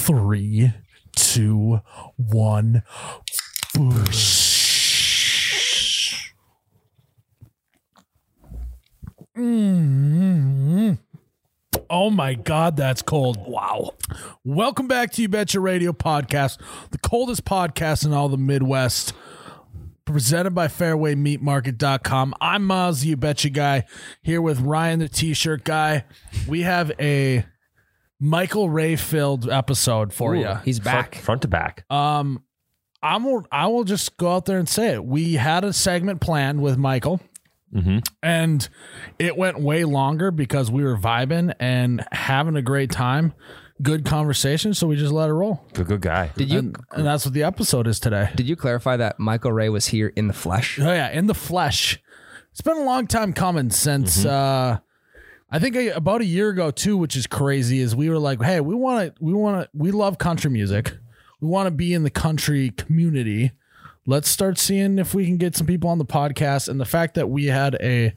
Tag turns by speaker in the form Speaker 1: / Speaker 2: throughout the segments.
Speaker 1: three, two, one. Mm. Oh my God, that's cold. Wow. Welcome back to You Betcha Radio Podcast, the coldest podcast in all the Midwest. Presented by fairwaymeatmarket.com. I'm Miles, the You Betcha guy, here with Ryan, the t shirt guy. We have a Michael Ray filled episode for you.
Speaker 2: He's back.
Speaker 3: Front, front to back.
Speaker 1: Um, I'm I will just go out there and say it. We had a segment planned with Michael,
Speaker 3: mm-hmm.
Speaker 1: and it went way longer because we were vibing and having a great time, good conversation. So we just let it roll,
Speaker 3: Good, good guy.
Speaker 2: Did you
Speaker 1: and, and that's what the episode is today.
Speaker 2: did you clarify that Michael Ray was here in the flesh?
Speaker 1: Oh yeah, in the flesh. It's been a long time coming since. uh I think a, about a year ago too, which is crazy. Is we were like, hey, we want to, we want to, we love country music. We want to be in the country community. Let's start seeing if we can get some people on the podcast. And the fact that we had a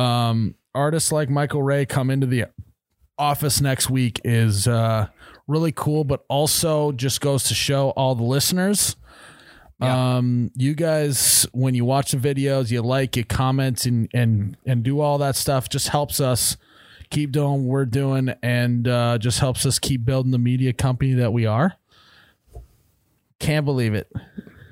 Speaker 1: um, artist like Michael Ray come into the office next week is uh, really cool, but also just goes to show all the listeners. Um, you guys, when you watch the videos, you like, you comment, and and and do all that stuff, just helps us keep doing what we're doing, and uh, just helps us keep building the media company that we are. Can't believe it.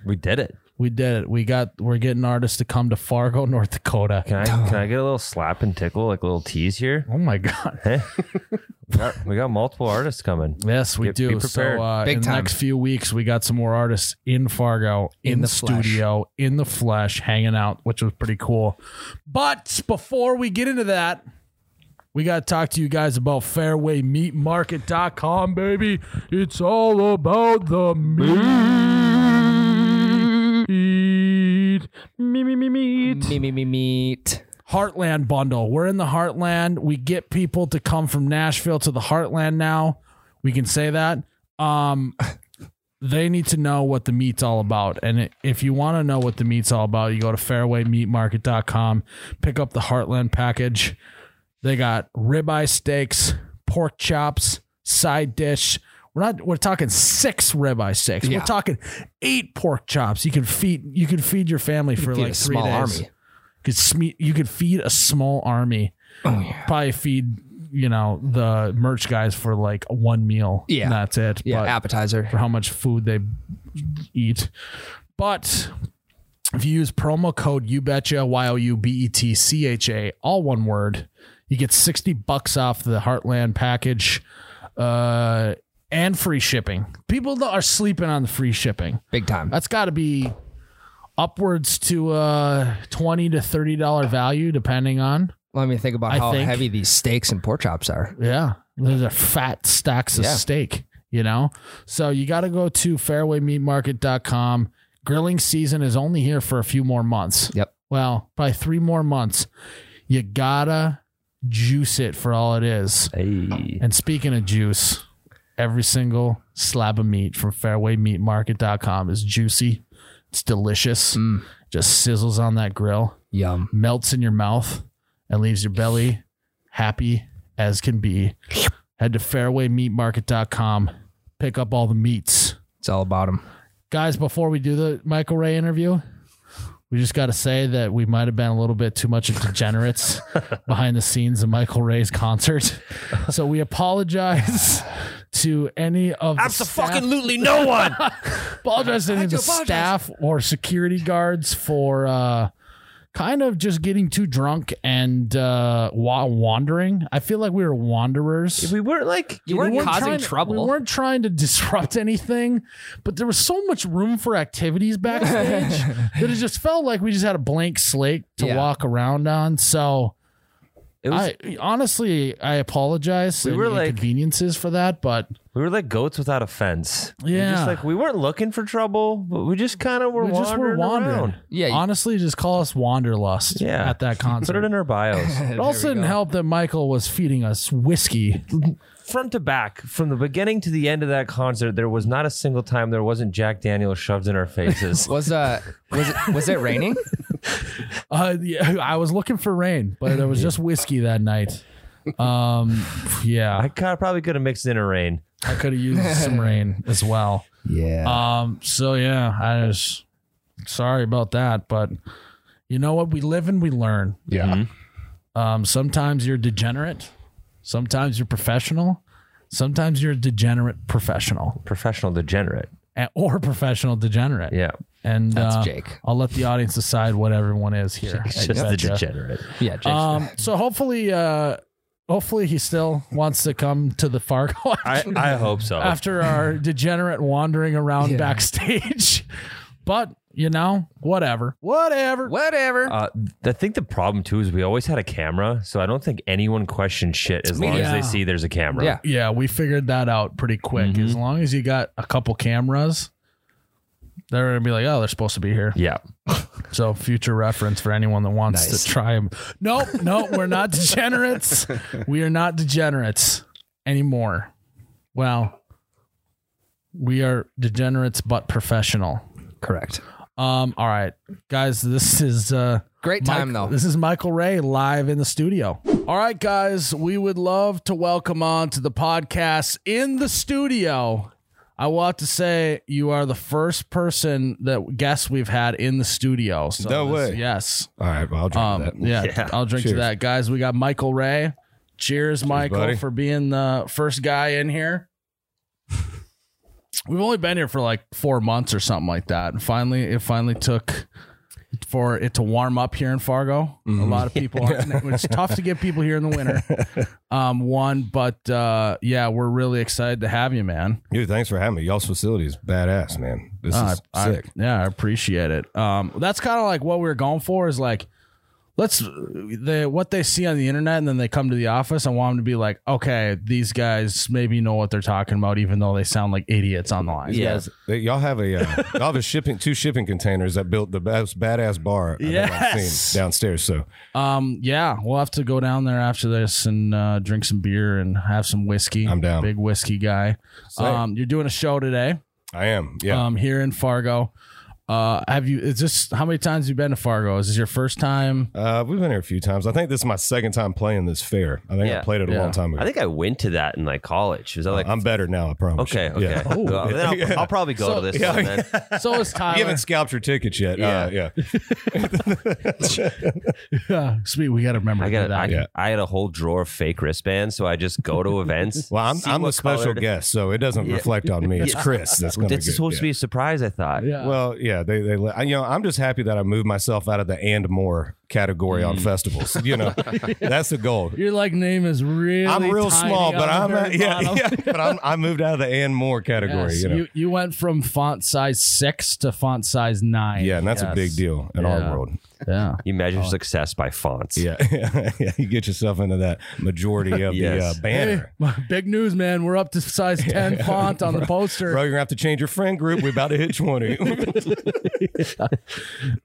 Speaker 3: We did it.
Speaker 1: We did it. We got. We're getting artists to come to Fargo, North Dakota.
Speaker 3: Can I can I get a little slap and tickle, like a little tease here?
Speaker 1: Oh my god.
Speaker 3: We got, we got multiple artists coming.
Speaker 1: Yes, we
Speaker 3: Get- be
Speaker 1: do.
Speaker 3: prepared.
Speaker 1: So uh,
Speaker 2: Big
Speaker 1: in the
Speaker 2: time.
Speaker 1: next few weeks, we got some more artists in Fargo, in,
Speaker 2: In
Speaker 1: the
Speaker 2: the flesh.
Speaker 1: studio, in the flesh, hanging out, which was pretty cool. But before we get into that, we got to talk to you guys about fairwaymeatmarket.com, baby. It's all about the meat. Meat, meat, meat, meat.
Speaker 2: Me, me, me, meet.
Speaker 1: Heartland bundle. We're in the Heartland. We get people to come from Nashville to the Heartland now. We can say that. Um, they need to know what the meat's all about. And i- if you want to know what the meat's all about, you go to fairwaymeatmarket.com, pick up the Heartland package. They got ribeye steaks, pork chops, side dish. We're not we're talking six ribeye steaks.
Speaker 2: Yeah.
Speaker 1: We're talking eight pork chops. You can feed you can feed your family for
Speaker 2: Feed
Speaker 1: like
Speaker 2: a
Speaker 1: three
Speaker 2: small
Speaker 1: days
Speaker 2: army.
Speaker 1: could sme- you could feed a small army
Speaker 2: Oh, yeah.
Speaker 1: probably feed you know the merch guys for like one meal
Speaker 2: Yeah.
Speaker 1: and that's it
Speaker 2: Yeah,
Speaker 1: but
Speaker 2: appetizer.
Speaker 1: for how much food they eat but if you use promo code you betcha E y-o-u-b-e-t-c-h-a all one word you get 60 bucks off the heartland package uh and free shipping people that are sleeping on the free shipping
Speaker 2: Big time.
Speaker 1: that's got to be upwards to uh 20 to 30 dollar value depending on
Speaker 2: Let me think about
Speaker 1: I
Speaker 2: how
Speaker 1: think-
Speaker 2: heavy these steaks and pork chops are.
Speaker 1: yeah those are fat stacks of
Speaker 2: Yeah.
Speaker 1: steak you know so you got to go to fairwaymeatmarket.com grilling season is only here for a few more months
Speaker 2: Yep.
Speaker 1: well probably three more months you gotta juice it for all it is
Speaker 3: Hey.
Speaker 1: And speaking of juice, every single slab of meat from fairwaymeatmarket.com is juicy. It's delicious.
Speaker 2: Mm.
Speaker 1: Just sizzles on that grill,
Speaker 2: Yum.
Speaker 1: melts in your mouth, and leaves your belly happy as can be. Head to fairwaymeatmarket.com, pick up all the meats.
Speaker 2: It's all about them.
Speaker 1: Guys, before we do the Michael Ray interview, we just got to say that we might have been a little bit too much of degenerates behind the scenes of Michael Ray's concert. So we apologize to any of the staff,
Speaker 3: Absolutely no one.
Speaker 1: apologize to any of the
Speaker 2: do apologize.
Speaker 1: staff or security guards for uh, kind of just getting too drunk and uh, wa- wandering. I feel like we were wanderers
Speaker 3: we weren't like
Speaker 2: You
Speaker 1: we
Speaker 2: weren't, causing
Speaker 1: trying to-
Speaker 2: trouble.
Speaker 1: We weren't trying to disrupt anything, but there was so much room for activities backstage that it just felt like we just had a blank slate to
Speaker 2: Yeah.
Speaker 1: walk around on. So
Speaker 3: it was,
Speaker 1: I honestly I apologize
Speaker 3: We
Speaker 1: and
Speaker 3: were like-
Speaker 1: inconveniences for that, but
Speaker 3: we were like goats without a fence. We
Speaker 1: Yeah.
Speaker 3: just like we weren't looking for trouble, but we just kind of were
Speaker 1: we
Speaker 3: wandering
Speaker 1: just were wandering.
Speaker 3: around.
Speaker 2: Yeah, you-
Speaker 1: honestly, just call us wanderlust.
Speaker 3: Yeah.
Speaker 1: at that
Speaker 3: Put
Speaker 1: concert.
Speaker 3: it in our bios,
Speaker 1: It also didn't help that Michael was feeding us whiskey.
Speaker 3: front to back, from the beginning to the end of that concert. There was not a single time there wasn't Jack Daniel shoved in our faces.
Speaker 2: Was uh was it was it raining?
Speaker 1: Uh, yeah, I was looking for rain, but it was just whiskey that night. Um, yeah,
Speaker 3: I kind of probably could have mixed in a rain.
Speaker 1: I could have used some rain as well.
Speaker 2: Yeah.
Speaker 1: Um, so yeah, I just sorry about that, but you know what? We live and we learn.
Speaker 4: Yeah.
Speaker 2: Mm-hmm.
Speaker 1: Um, sometimes you're degenerate, sometimes you're professional, sometimes you're a degenerate professional
Speaker 3: Professional degenerate.
Speaker 1: eh, or professional degenerate.
Speaker 3: Yeah.
Speaker 1: And
Speaker 2: That's
Speaker 1: uh,
Speaker 2: Jake.
Speaker 1: I'll let the audience decide what everyone is here.
Speaker 3: It's just the degenerate.
Speaker 2: Yeah, Jason.
Speaker 1: Um, so hopefully, uh, hopefully he still wants to come to the Fargo
Speaker 3: I, I hope so.
Speaker 1: after our degenerate wandering around
Speaker 2: Yeah.
Speaker 1: backstage. but you know, whatever, whatever.
Speaker 2: Whatever.
Speaker 3: Uh, I think the problem too is we always had a camera, so I don't think anyone questions shit as long as
Speaker 1: Yeah.
Speaker 3: they see there's a camera.
Speaker 2: Yeah.
Speaker 1: Yeah, we figured that out pretty quick.
Speaker 2: Mm-hmm.
Speaker 1: As long as you got a couple cameras, they're gonna be like, oh, they're supposed to be here.
Speaker 3: Yeah.
Speaker 1: So future reference for anyone that wants
Speaker 2: Nice.
Speaker 1: to try them. Nope, nope, we're not degenerates. we are not degenerates anymore. Well, we are degenerates but professional.
Speaker 2: Correct.
Speaker 1: Um, all right, guys, this is uh
Speaker 2: Great time
Speaker 1: Mike-
Speaker 2: though.
Speaker 1: This is Michael Ray live in the studio. All right, guys, we would love to welcome on to the podcast in the studio. I want to say you are the first person that guest we've had in the studio. So
Speaker 4: No
Speaker 1: this-
Speaker 4: way.
Speaker 1: Yes.
Speaker 4: All right. Well, I'll drink
Speaker 1: Um,
Speaker 4: to that.
Speaker 1: yeah, I'll drink to
Speaker 4: Cheers.
Speaker 1: that, guys. We got Michael Ray. Cheers, Michael,
Speaker 4: buddy.
Speaker 1: for being the first guy in here. We've only been here for like four months or something like that, and finally, it finally took for it to warm up here in Fargo. A
Speaker 4: Mm-hmm.
Speaker 1: lot of people, aren't, it's tough to get people here in the winter. Um, one, but uh, yeah, we're really excited to have you, man.
Speaker 4: Dude, thanks for having me. Y'all's facility is badass, man. This
Speaker 1: Uh,
Speaker 4: is
Speaker 1: I-
Speaker 4: sick.
Speaker 1: yeah, I appreciate it. Um, that's kind of like what we were going for is like, let's the what they see on the internet, and then they come to the office. I want them to be like, okay, these guys maybe know what they're talking about, even though they sound like idiots online.
Speaker 3: Yeah.
Speaker 4: They, y'all have a uh, y'all have a shipping two shipping containers that built the best badass bar I think I've
Speaker 1: Yes.
Speaker 4: seen downstairs. So
Speaker 1: Um, yeah, we'll have to go down there after this and uh, drink some beer and have some whiskey.
Speaker 4: I'm down.
Speaker 1: Big whiskey guy.
Speaker 4: Same.
Speaker 1: Um, you're doing a show today.
Speaker 4: I am.
Speaker 5: Uh,
Speaker 4: Yeah.
Speaker 1: Um, here in Fargo. Uh, have you? Is this how many times you been to Fargo? Is this your first time?
Speaker 4: uh, we've been here a few times. I think this is my second time playing this fair. I think
Speaker 3: Yeah.
Speaker 4: I played it a
Speaker 1: Yeah.
Speaker 4: long time ago.
Speaker 5: I think I went to that in like college. Was that like
Speaker 4: I'm better now. I promise.
Speaker 5: okay? Okay.
Speaker 4: Uh, Yeah. Oh,
Speaker 5: Well, then I'll,
Speaker 4: Yeah.
Speaker 5: I'll probably go
Speaker 1: So-
Speaker 5: to this
Speaker 4: Yeah.
Speaker 5: one. Then.
Speaker 1: So is Tyler.
Speaker 4: You haven't scalped your tickets yet.
Speaker 5: Yeah.
Speaker 4: Uh, yeah.
Speaker 1: Yeah, sweet. We got to remember
Speaker 5: I
Speaker 1: to do
Speaker 5: got.
Speaker 1: that.
Speaker 5: I,
Speaker 4: Yeah.
Speaker 5: I had a whole drawer of fake wristbands, so I just go to events.
Speaker 4: Well, I'm,
Speaker 5: see
Speaker 4: I'm
Speaker 5: what
Speaker 4: the special
Speaker 5: colored-
Speaker 4: guest, so it doesn't reflect on me. It's Chris. That's gonna
Speaker 5: It's
Speaker 4: get-
Speaker 5: supposed
Speaker 4: yeah.
Speaker 5: to be a surprise. I thought.
Speaker 1: yeah.
Speaker 4: Well, yeah, they they let- I- you know I'm just happy that I moved myself out of the and more category
Speaker 1: Mm.
Speaker 4: on festivals. You know, that's the goal.
Speaker 1: your like name is really.
Speaker 4: I'm real
Speaker 1: tiny
Speaker 4: small,
Speaker 1: on
Speaker 4: but
Speaker 1: the
Speaker 4: I'm
Speaker 1: very
Speaker 4: at, yeah,
Speaker 1: bottom.
Speaker 4: yeah, but I'm, I moved out of the and more category.
Speaker 1: Yes,
Speaker 4: you know,
Speaker 1: you you went from font size six to font size nine.
Speaker 4: yeah, and that's a
Speaker 1: Yes.
Speaker 4: big deal in
Speaker 1: Yeah.
Speaker 4: our world.
Speaker 1: Yeah.
Speaker 5: You measure success by fonts.
Speaker 4: Uh-huh. Yeah, yeah, you get yourself into that majority of
Speaker 5: Yes.
Speaker 4: the uh, banner.
Speaker 1: Big news, man. We're up to size ten font on the poster.
Speaker 4: Bro, you're gonna have to change your friend group. We're about to hit 20.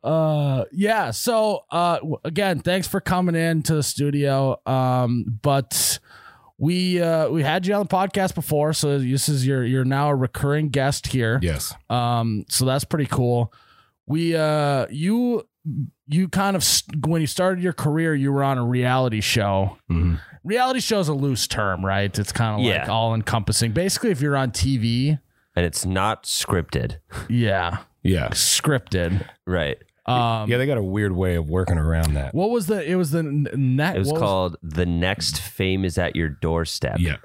Speaker 1: Uh, yeah. So, uh, w- again, thanks for coming in to the studio. Um, but we uh we had you on the podcast before, so this is your you're now a recurring guest here.
Speaker 4: yes.
Speaker 1: Um, so that's pretty cool. We, uh, you, you kind of st- when you started your career, you were on a reality show.
Speaker 4: Mhm.
Speaker 1: Reality show is a loose term, right? It's kind of like
Speaker 5: Yeah.
Speaker 1: all encompassing. Basically, if you're on TV,
Speaker 5: And it's not scripted.
Speaker 1: yeah,
Speaker 4: Yeah.
Speaker 1: scripted.
Speaker 5: Right.
Speaker 1: Um,
Speaker 4: Yeah, they got a weird way of working around that.
Speaker 1: what was the? It was the n- net.
Speaker 5: It was
Speaker 1: what
Speaker 5: called "The Next Fame Is at Your Doorstep."
Speaker 4: Yeah,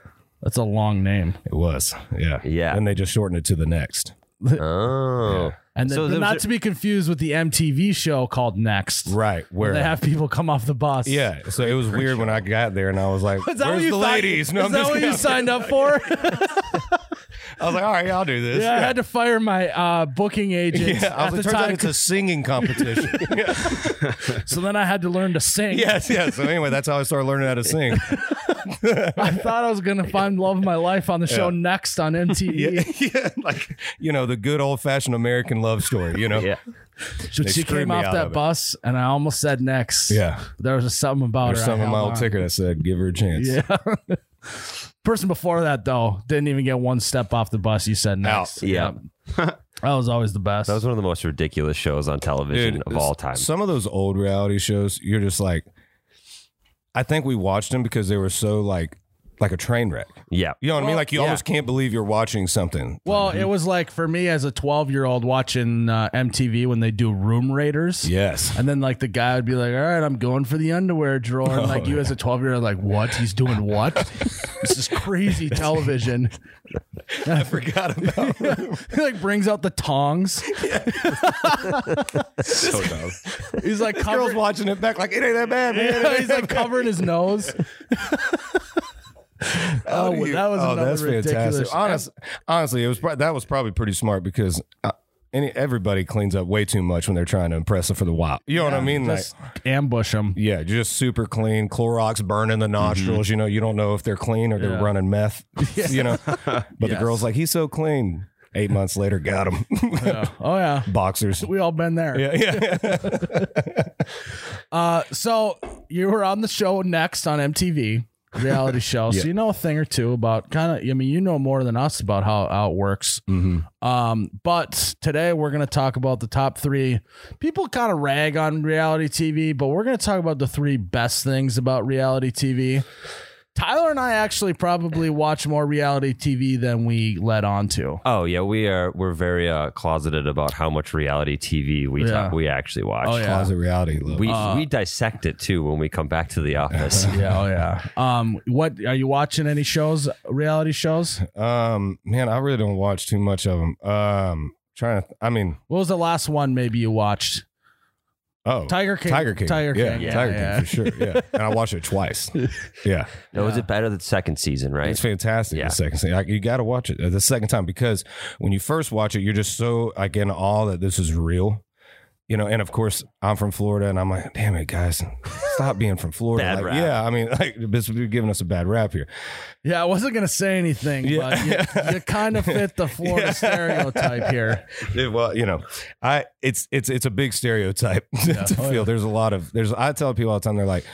Speaker 1: That's a long name.
Speaker 4: it was. Yeah.
Speaker 5: Yeah.
Speaker 4: And they just shortened it to the next.
Speaker 5: Oh.
Speaker 1: And then,
Speaker 5: So
Speaker 1: but
Speaker 5: there was
Speaker 1: not
Speaker 5: a-
Speaker 1: to be confused with the MTV show called Next.
Speaker 4: Right. Where
Speaker 1: Where they have people come off the bus.
Speaker 4: Yeah, so it was weird when I got there, and I was like,
Speaker 1: Is that
Speaker 4: "Where's
Speaker 1: what you
Speaker 4: the
Speaker 1: thought-
Speaker 4: ladies?" No,
Speaker 1: is
Speaker 4: I'm
Speaker 1: that
Speaker 4: just
Speaker 1: what you
Speaker 4: kidding.
Speaker 1: signed up for?
Speaker 4: I was like, "All right, I'll do this."
Speaker 1: Yeah, I had to fire my uh, booking agent
Speaker 4: Yeah, I
Speaker 1: at
Speaker 4: was
Speaker 1: the
Speaker 4: like, turns out
Speaker 1: time,
Speaker 4: it's a singing competition.
Speaker 1: so then I had to learn to sing.
Speaker 4: yes, yes. So anyway, that's how I started learning how to sing.
Speaker 1: I thought I was gonna find love of my life on the show next on E. MTV.
Speaker 4: Yeah, yeah, like you know, the good old fashioned American love story. You know,
Speaker 5: Yeah.
Speaker 1: So
Speaker 4: They
Speaker 1: she
Speaker 4: screwed
Speaker 1: came
Speaker 4: me
Speaker 1: off
Speaker 4: out
Speaker 1: that
Speaker 4: of it.
Speaker 1: bus, and I almost said next.
Speaker 4: yeah.
Speaker 1: there was just something about
Speaker 4: There's
Speaker 1: her. I
Speaker 4: something in my
Speaker 1: held
Speaker 4: old
Speaker 1: on.
Speaker 4: ticker that said, "Give her a chance."
Speaker 1: Yeah. Person before that though didn't even get one step off the bus. You said next.
Speaker 4: Out.
Speaker 5: Yeah.
Speaker 1: that was always the best.
Speaker 5: That was one of the most ridiculous shows on television of all time.
Speaker 4: Some of those old reality shows, you're just like, I think we watched them because they were so like like a train wreck.
Speaker 5: Yeah.
Speaker 4: You know what I mean?
Speaker 1: Well,
Speaker 4: Like you
Speaker 1: yeah.
Speaker 4: almost can't believe you're watching something.
Speaker 1: Well, it was like for me as a 12 year old watching uh, MTV when they do Room Raiders.
Speaker 4: Yes.
Speaker 1: And then like the guy would be like, "All right, I'm going for the underwear drawer." And like you as a 12 year old, like, "What? He's doing what? this is crazy television."
Speaker 4: I forgot about
Speaker 1: he like brings out the tongs.
Speaker 4: so dumb.
Speaker 1: He's like
Speaker 4: Girls
Speaker 1: covered.
Speaker 4: watching it back like it ain't that bad, man.
Speaker 1: He's like covering his nose.
Speaker 4: How
Speaker 1: oh,
Speaker 4: do you-
Speaker 1: that was another ridiculous.
Speaker 4: Honest, honestly, it was pro- that was probably pretty smart because uh, any everybody cleans up way too much when they're trying to impress it for the wow. You know what I mean? Like,
Speaker 1: Just ambush him.
Speaker 4: yeah, just super clean. Clorox burning the nostrils. You know, you don't know if they're clean or they're
Speaker 1: Mm-hmm. Yeah.
Speaker 4: running meth. You know, but the girl's like, he's so clean. Eight months later, got him.
Speaker 1: Oh yeah,
Speaker 4: Boxers.
Speaker 1: we all been there.
Speaker 4: Yeah, yeah.
Speaker 1: Uh, so you were on the show next on MTV reality show, so you know a thing or two about kind of. I mean, you know more than us about how, how it works. Um, but today we're gonna talk about the top three. People kind of rag on reality TV, but we're gonna talk about the three best things about reality TV. Tyler and I actually probably watch more reality TV than we let on to.
Speaker 5: Oh yeah, we are. We're very uh, closeted about how much reality TV we
Speaker 1: Yeah.
Speaker 5: talk, we actually watch.
Speaker 1: Oh, yeah.
Speaker 4: Closet reality. love.
Speaker 5: We we dissect it too when we come back to the office.
Speaker 1: Yeah, oh yeah. Um, what are you watching? Any shows? Reality shows?
Speaker 4: Um, man, I really don't watch too much of them. Um, trying to, I mean,
Speaker 1: What was the last one maybe you watched?
Speaker 4: oh,
Speaker 1: Tiger King.
Speaker 4: Tiger King,
Speaker 1: Tiger
Speaker 4: yeah,
Speaker 1: King. Yeah,
Speaker 4: Tiger
Speaker 1: yeah.
Speaker 4: King for sure, yeah. And I watched it twice. Yeah,
Speaker 5: No, is it better than second season? Right?
Speaker 4: it's fantastic.
Speaker 5: Yeah.
Speaker 4: The second thing, like, you got to watch it uh, the second time because when you first watch it, you're just so like in awe that this is real. You know, and of course, I'm from Florida, and I'm like, damn it, guys, stop being from Florida.
Speaker 5: Bad
Speaker 4: like,
Speaker 5: rap.
Speaker 4: Yeah, I mean, like, this, you're giving us a bad rap here.
Speaker 1: Yeah, I wasn't gonna say anything, but you, you kind of fit the Florida stereotype here.
Speaker 4: Yeah, well, you know, I it's it's it's a big stereotype to
Speaker 1: Oh,
Speaker 4: feel. There's a lot of there's. I tell people all the time. They're like,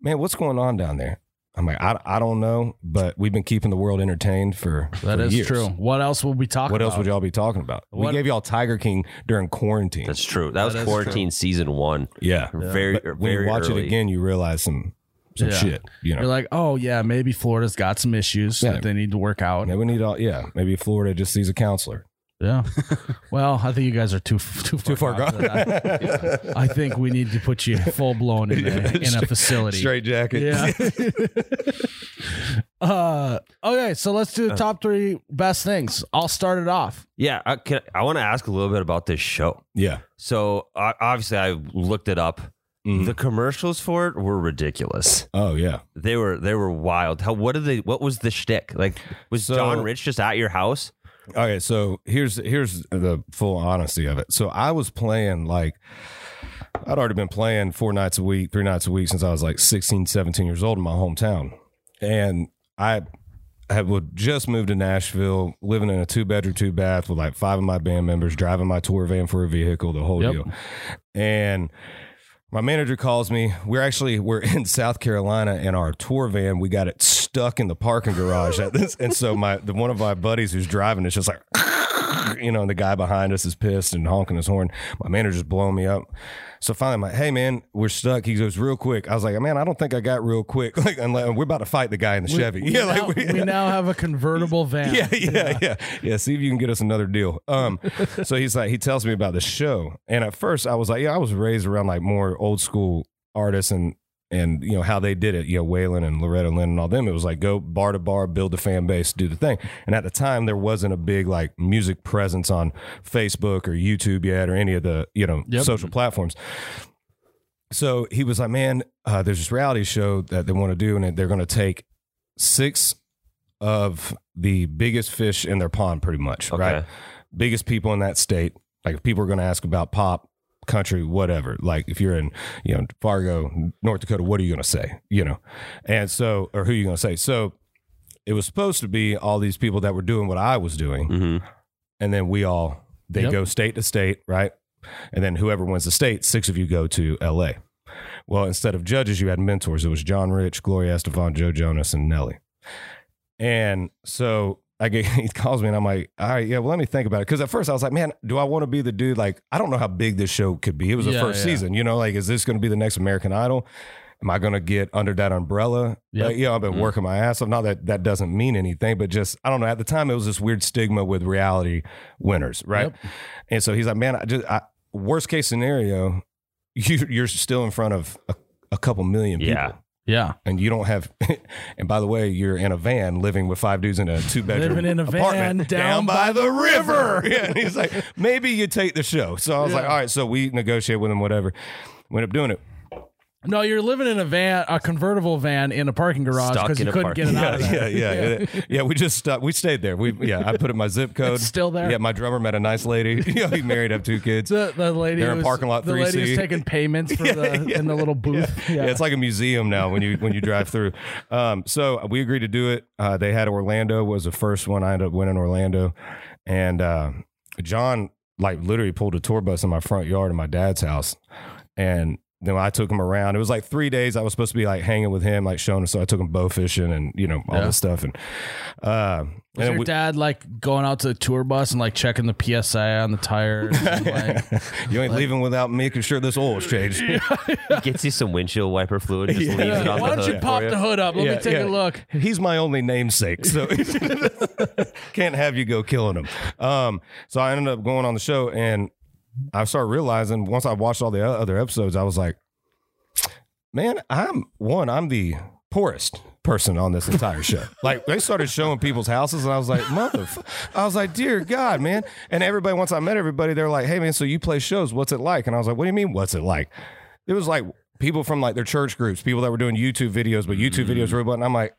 Speaker 4: "Man, what's going on down there?" I'm like, "I, I don't know," but we've been keeping the world entertained for
Speaker 1: That
Speaker 4: for
Speaker 1: is
Speaker 4: years.
Speaker 1: true. What else will we talk
Speaker 4: What
Speaker 1: about?
Speaker 4: else would y'all be talking about?
Speaker 1: What-
Speaker 4: We gave y'all Tiger King during quarantine.
Speaker 5: That's true. That,
Speaker 1: is
Speaker 5: was quarantine season one.
Speaker 4: yeah.
Speaker 5: Very
Speaker 4: But when
Speaker 5: very
Speaker 4: you watch
Speaker 5: early.
Speaker 4: it again, you realize some some
Speaker 1: Yeah.
Speaker 4: shit. You know,
Speaker 1: You're like, oh yeah, maybe Florida's got some issues
Speaker 4: Yeah.
Speaker 1: that they need to work out.
Speaker 4: maybe we need all. Yeah, maybe Florida just sees a counselor.
Speaker 1: Yeah. well, I think you guys are too too far,
Speaker 4: Too far
Speaker 1: gone.
Speaker 4: gone.
Speaker 1: I think we need to put you full blown in a, in a facility.
Speaker 4: Straight jacket.
Speaker 1: Yeah. uh, okay, so let's
Speaker 4: Uh.
Speaker 1: do the top three best things. I'll start it off.
Speaker 5: yeah, I, can, I want to ask a little bit about this show.
Speaker 4: yeah.
Speaker 5: So o- obviously, I looked it up.
Speaker 4: Mhm.
Speaker 5: The commercials for it were ridiculous.
Speaker 4: Oh yeah.
Speaker 5: They were they were wild. How what did they? What was the shtick? Like was
Speaker 4: So-
Speaker 5: John Rich just at your house?
Speaker 4: Okay, so here's here's the full honesty of it. So I was playing like I'd already been playing four nights a week, three nights a week since I was like 16, 17 years old in my hometown. And I had would just moved to Nashville, living in a two bedroom, two bath with like five of my band members, driving my tour van for a vehicle, the whole
Speaker 1: Yep.
Speaker 4: deal. And my manager calls me. We're actually we're in South Carolina in our tour van. We got it stuck in the parking garage at this, and so my the one of my buddies who's driving is just like, you know, and the guy behind us is pissed and honking his horn. My manager's blowing me up. So finally, I'm like, hey man, we're stuck. He goes real quick. I was like, man, I don't think I got real quick. Like, unless, we're about to fight the guy in the Chevy. yeah,
Speaker 1: now,
Speaker 4: like
Speaker 1: we, now have a convertible van.
Speaker 4: yeah, yeah, yeah, yeah. See if you can get us another deal. Um, so he's like, he tells me about the show, and at first I was like, yeah, I was raised around like more old school artists and and you know how they did it, you know, Waylon and Loretta Lynn and all them. It was like go bar to bar, build a fan base, do the thing. And at the time, there wasn't a big like music presence on Facebook or YouTube yet, or any of the you know
Speaker 1: Yep.
Speaker 4: social platforms so he was like, "Man, uh, there's this reality show that they want to do, and they're going to take six of the biggest fish in their pond, pretty much,
Speaker 5: Okay.
Speaker 4: right? Biggest people in that state. Like, if people are going to ask about pop, country, whatever. Like, if you're in, you know, Fargo, North Dakota, what are you going to say? You know, and so, or who are you going to say? So, it was supposed to be all these people that were doing what I was doing,
Speaker 5: Mm-hmm.
Speaker 4: and then we all they
Speaker 1: Yep.
Speaker 4: go state to state, right? And then whoever wins the state, six of you go to LA. Well, instead of judges, you had mentors. It was John Rich, Gloria Estefan, Joe Jonas, and Nelly. And so I get he calls me and I'm like, all right, yeah, well, let me think about it. Cause at first I was like, man, do I want to be the dude? Like, I don't know how big this show could be. It was the
Speaker 1: Yeah,
Speaker 4: first
Speaker 1: yeah.
Speaker 4: season, you know, like, is this going to be the next American Idol? Am I going to get under that umbrella?
Speaker 1: Yep. Mm-hmm.
Speaker 4: Like, you know, I've been working my ass off. Not that that doesn't mean anything, but just, I don't know. At the time, it was this weird stigma with reality winners, right? And so he's like, man, I just, I, worst case scenario, you, you're still in front of a, a couple million people.
Speaker 5: Yeah.
Speaker 1: Yeah.
Speaker 4: And you don't have, and by the way, you're in a van living with five dudes in a two bedroom
Speaker 1: Living in a van
Speaker 4: apartment
Speaker 1: down
Speaker 4: by, the river. yeah, and he's like, maybe you take the show. So I was like, all right. So we negotiate with him, whatever. We end up doing it.
Speaker 1: No, you're living in a van, a convertible van in a parking garage
Speaker 5: Stuck
Speaker 1: because
Speaker 5: in
Speaker 1: you
Speaker 5: a
Speaker 1: couldn't
Speaker 5: parking-
Speaker 1: get it out
Speaker 4: Yeah,
Speaker 1: of there.
Speaker 4: yeah, yeah, yeah, yeah. We just stuck. We stayed there. We yeah. I put in my zip code.
Speaker 1: It's still there?
Speaker 4: Yeah, my drummer met a nice lady. Yeah, he married, have two kids.
Speaker 1: The, the lady
Speaker 4: They're in
Speaker 1: who's,
Speaker 4: parking lot
Speaker 1: the lady
Speaker 4: 3C.
Speaker 1: who's taking payments for the in the little booth. Yeah.
Speaker 4: Yeah. it's like a museum now when you when you drive through. Um, so we agreed to do it. Uh, they had Orlando was the first one. I ended up winning Orlando, and uh, John like literally pulled a tour bus in my front yard in my dad's house, and then I took him around. It was like three days. I was supposed to be like hanging with him, like showing him. So I took him bow fishing and you know all
Speaker 1: Yeah.
Speaker 4: this stuff. And uh,
Speaker 1: Was
Speaker 4: and
Speaker 1: your
Speaker 4: we-
Speaker 1: dad like going out to the tour bus and like checking the PSI on the tires? and, like,
Speaker 4: you ain't leaving without making sure this oil is changed.
Speaker 5: He gets you some windshield wiper fluid, and just leaves it on
Speaker 1: why
Speaker 5: the
Speaker 1: don't
Speaker 5: hood.
Speaker 1: you pop
Speaker 5: for
Speaker 1: the hood up? Let
Speaker 4: Yeah,
Speaker 1: me take
Speaker 4: yeah.
Speaker 1: a look.
Speaker 4: He's my only namesake, so can't have you go killing him. Um, so I ended up going on the show, and I started realizing once I watched all the o- other episodes, I was like, man, I'm one, I'm the poorest person on this entire show. like they started showing people's houses and I was like, motherfucker. I was like, dear God, man. And everybody, once I met everybody, they're like, hey man, so you play shows. What's it like? And I was like, what do you mean, what's it like? It was like people from like their church groups, people that were doing YouTube videos, but YouTube videos were about, and I'm like,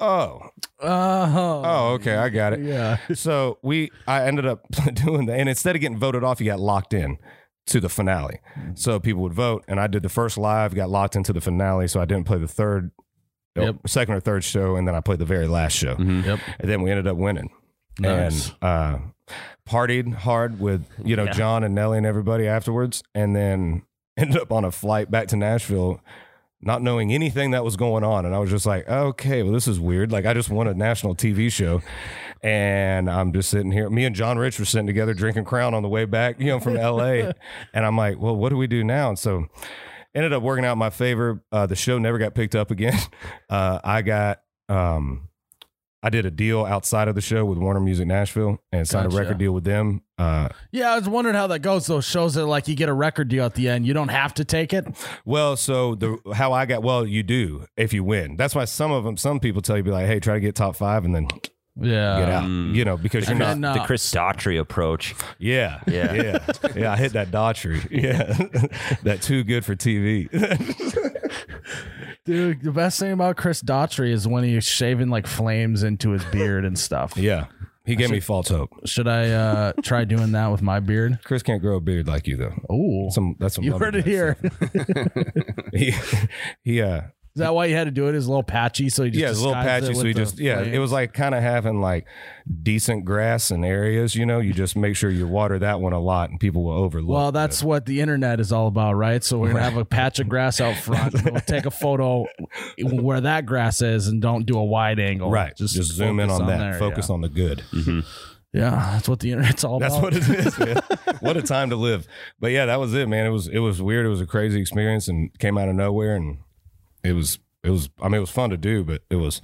Speaker 4: oh,
Speaker 1: Oh,
Speaker 4: oh, okay, I got it.
Speaker 1: yeah.
Speaker 4: So we, I ended up doing that, and instead of getting voted off, you got locked in to the finale.
Speaker 1: Mm.
Speaker 4: So people would vote, and I did the first live, got locked into the finale, so I didn't play the third,
Speaker 1: Yep. Mm.
Speaker 4: uh, second or third show, and then I played the very last show,
Speaker 5: Mm-hmm.
Speaker 1: Yep.
Speaker 4: and then we ended up winning,
Speaker 1: Nice.
Speaker 4: and uh, partied hard with you know
Speaker 5: Yeah.
Speaker 4: John and Nelly and everybody afterwards, and then ended up on a flight back to Nashville. Not knowing anything that was going on. And I was just like, okay, well, this is weird. Like, I just won a national TV show and I'm just sitting here. Me and John Rich were sitting together drinking Crown on the way back, you know, from LA. and I'm like, well, what do we do now? And so ended up working out in my favor. Uh, the show never got picked up again. Uh, I got, um, I did a deal outside of the show with Warner Music Nashville and signed
Speaker 1: Gotcha.
Speaker 4: a record deal with them. Uh,
Speaker 1: Yeah, I was wondering how that goes. Those shows that like you get a record deal at the end, you don't have to take it.
Speaker 4: well, so the how I got well, you do if you win. That's why some of them, some people tell you be like, hey, try to get top five and then get
Speaker 1: Yeah,
Speaker 4: out, you know, because you're
Speaker 1: Um, And
Speaker 4: not.
Speaker 1: then, uh,
Speaker 5: The Chris Daughtry approach.
Speaker 4: Yeah,
Speaker 5: Yeah.
Speaker 4: yeah, yeah. I hit that Daughtry. Yeah, that too good for TV.
Speaker 1: dude, the best thing about Chris Daughtry is when he's shaving like flames into his beard and stuff.
Speaker 4: yeah, he gave me false hope.
Speaker 1: Should I uh try doing that with my beard?
Speaker 4: Chris can't grow a beard like you though.
Speaker 1: Oh,
Speaker 4: Some that's some
Speaker 1: you heard it
Speaker 4: lumberjack
Speaker 1: here. Is
Speaker 4: stuff. He, he, uh,
Speaker 1: that why you had to do it? Is a little patchy, so he just
Speaker 4: yeah, it's a little
Speaker 1: disguised
Speaker 4: patchy.
Speaker 1: it
Speaker 4: So
Speaker 1: with
Speaker 4: he
Speaker 1: the
Speaker 4: just yeah,
Speaker 1: flame?
Speaker 4: it was like kind of having like decent grass in areas. You know, you just make sure you water that one a lot, and people will overlook.
Speaker 1: Well, that's what the internet is all about, right? So we're gonna have a patch of grass out front. and we'll take a photo where that grass is, and don't do a wide angle.
Speaker 4: right. Just, zoom in
Speaker 1: focus
Speaker 4: on, that.
Speaker 1: there,
Speaker 4: Focus
Speaker 1: yeah.
Speaker 4: on the good.
Speaker 1: Yeah, that's what the internet's all
Speaker 4: That's
Speaker 1: about.
Speaker 4: what it is, man. what a time to live. But yeah, that was it, man. It was it was weird. It was a crazy experience and came out of nowhere and it was it was I mean it was fun to do, but it was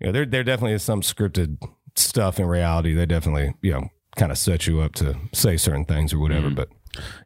Speaker 4: you know, there there definitely is some scripted stuff in reality. They definitely, you know, kind of set you up to say certain things or whatever.
Speaker 1: Mm.
Speaker 4: But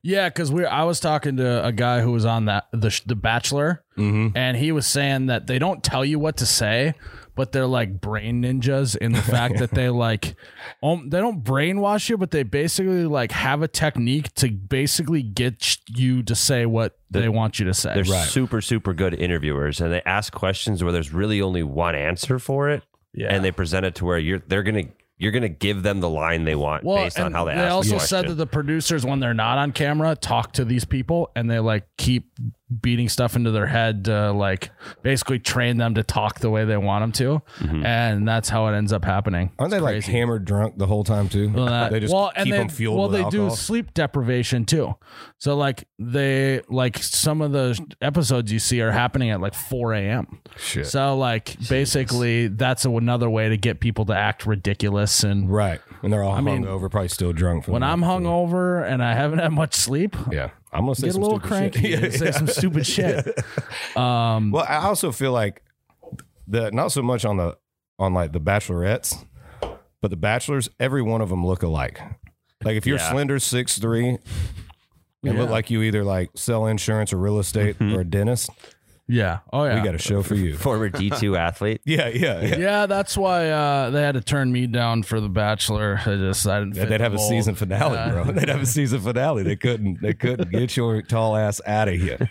Speaker 1: Yeah, because we I was talking to a guy who was on that the the Bachelor, and he was saying that they don't tell you what to say, but they're like brain ninjas in the fact that they like, um, they don't brainwash you, but they basically like have a technique to basically get you to say what they want you to say.
Speaker 5: They're super, super good interviewers, and they ask questions where there's really only one answer for it,
Speaker 1: Yeah.
Speaker 5: and they present it to where you're they're gonna you're gonna give them the line they want based on
Speaker 1: and
Speaker 5: how they,
Speaker 1: they
Speaker 5: ask
Speaker 1: also
Speaker 5: the
Speaker 1: said that
Speaker 5: question.
Speaker 1: the producers, when they're not on camera, talk to these people and they like keep beating stuff into their head to like basically train them to talk the way they want them to,
Speaker 5: Mm-hmm.
Speaker 1: and that's how it ends up happening.
Speaker 4: aren't they like hammered drunk the whole time too?
Speaker 1: Well, that-
Speaker 4: they just
Speaker 1: well,
Speaker 4: keep
Speaker 1: and they,
Speaker 4: them fueled
Speaker 1: well,
Speaker 4: with
Speaker 1: they
Speaker 4: alcohol.
Speaker 1: do sleep deprivation too. So like they like some of the episodes you see are happening at like 4 a.m.
Speaker 4: Shit.
Speaker 1: So like basically that's a, another way to get people to act ridiculous and
Speaker 4: right. And they're all
Speaker 1: mean,
Speaker 4: hungover, probably still drunk from
Speaker 1: when
Speaker 4: the-
Speaker 1: I'm hungover and I haven't had much sleep,
Speaker 4: Yeah. I'm gonna
Speaker 1: Get
Speaker 4: say
Speaker 1: a
Speaker 4: some
Speaker 1: little
Speaker 4: stupid
Speaker 1: cranky
Speaker 4: shit.
Speaker 1: and say some stupid shit.
Speaker 4: Well, I also feel like the not so much on the on like the bachelorettes, but the bachelors, every one of them look alike. Like if you're
Speaker 5: Yeah.
Speaker 4: slender six three and look like you either like sell insurance or real estate or a dentist,
Speaker 1: Yeah. Oh yeah.
Speaker 4: we got a show for you.
Speaker 5: Former D two athlete.
Speaker 4: Yeah, yeah, yeah.
Speaker 1: yeah, that's why uh, they had to turn me down for The Bachelor. I just I didn't. Fit
Speaker 4: They'd
Speaker 1: the
Speaker 4: have a
Speaker 1: mold.
Speaker 4: season finale, bro. They'd have a season finale. They couldn't. They couldn't get your tall ass out of here.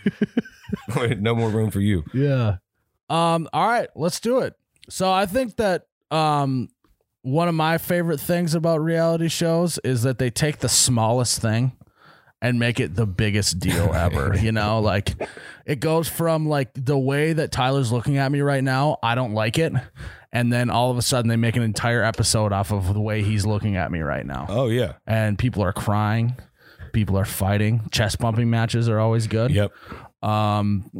Speaker 4: no more room for you.
Speaker 1: Yeah. Um, all right, let's do it. So I think that um one of my favorite things about reality shows is that they take the smallest thing and make it the biggest deal ever. you know, like it goes from like the way that Tyler's looking at me right now, I don't like it. And then all of a sudden they make an entire episode off of the way he's looking at me right now.
Speaker 4: Oh yeah.
Speaker 1: And people are crying, people are fighting, chest bumping matches are always good
Speaker 4: Yep.
Speaker 1: um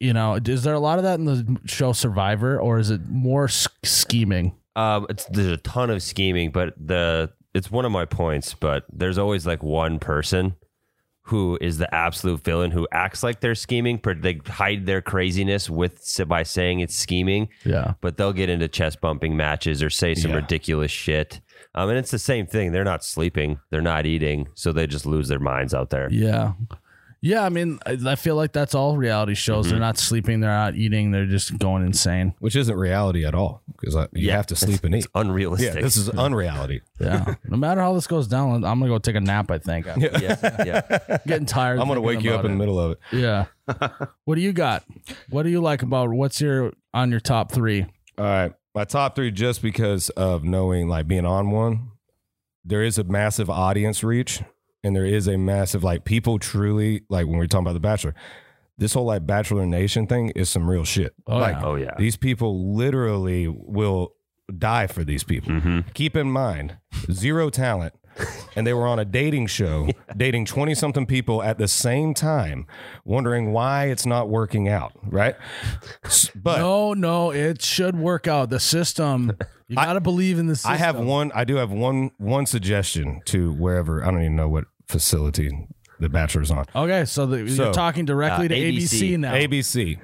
Speaker 1: you know is there a lot of that in the show survivor or is it more s- scheming
Speaker 5: Um, it's, there's a ton of scheming, but the it's one of my points. But there's always like one person who is the absolute villain who acts like they're scheming, but they hide their craziness with by saying it's scheming.
Speaker 1: yeah
Speaker 5: But they'll get into chest bumping matches or say some
Speaker 4: Yeah.
Speaker 5: ridiculous shit. Um, and it's the same thing. They're not sleeping, they're not eating, so they just lose their minds out there.
Speaker 1: yeah yeah i mean i, I feel like that's all reality shows
Speaker 4: Mm-hmm.
Speaker 1: they're not sleeping they're not eating they're just going insane
Speaker 4: Which isn't reality at all because you
Speaker 5: Yeah.
Speaker 4: have to sleep and eat.
Speaker 5: It's unrealistic.
Speaker 4: Yeah, this is unreality.
Speaker 1: yeah no matter how this goes down i'm gonna go take a nap i think i'm
Speaker 5: yeah, yeah.
Speaker 1: getting tired
Speaker 4: I'm gonna
Speaker 1: thinking
Speaker 4: wake you
Speaker 1: about
Speaker 4: up in the middle of it.
Speaker 1: it. yeah what do you got what do you like about what's your on your top three
Speaker 4: All right. My top three, just because of knowing, like being on one, there is a massive audience reach and there is a massive, like, people truly, like, when we're talking about The Bachelor, this whole, like, Bachelor Nation thing is some real shit.
Speaker 1: Oh,
Speaker 4: like,
Speaker 1: yeah.
Speaker 5: Oh yeah.
Speaker 4: these people literally will die for these people. Keep in mind, zero talent. And they were on a dating show, dating 20 something people at the same time, wondering why it's not working out, right? S- But
Speaker 1: no no it should work out the system you gotta believe in the system
Speaker 4: I have one. I do have one. One suggestion to wherever I don't even know what facility the Bachelor's on.
Speaker 1: Okay, so, the,
Speaker 4: So,
Speaker 1: you're talking directly
Speaker 5: uh,
Speaker 1: to ABC,
Speaker 5: ABC.
Speaker 1: now.
Speaker 4: ABC.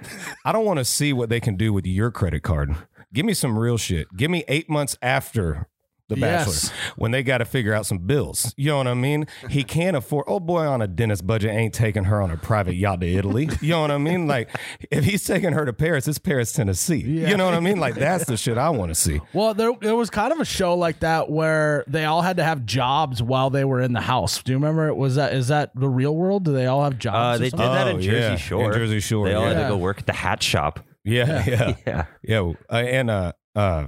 Speaker 4: I don't want to see what they can do with your credit card. Give me some real shit. Give me eight months after the Bachelor
Speaker 1: Yes.
Speaker 4: when they got to figure out some bills. You know what I mean? He can't afford. Oh boy, on a dentist budget, ain't taking her on a private yacht to Italy. You know what I mean? Like if he's taking her to Paris, it's Paris, Tennessee. You know what I mean? Like that's the shit I want to see.
Speaker 1: well, there, there was kind of a show like that where they all had to have jobs while they were in the house. Do you remember? it Was that is that the real world? Do they all have
Speaker 5: Uh,
Speaker 1: jobs? or
Speaker 5: they did
Speaker 1: something?
Speaker 5: that
Speaker 4: Oh,
Speaker 5: in Jersey
Speaker 4: yeah.
Speaker 5: Shore.
Speaker 4: In Jersey Shore,
Speaker 5: They all had
Speaker 1: yeah.
Speaker 5: to go work at the hat shop.
Speaker 4: Yeah, yeah,
Speaker 5: Yeah.
Speaker 4: yeah. w- Uh, and uh, uh,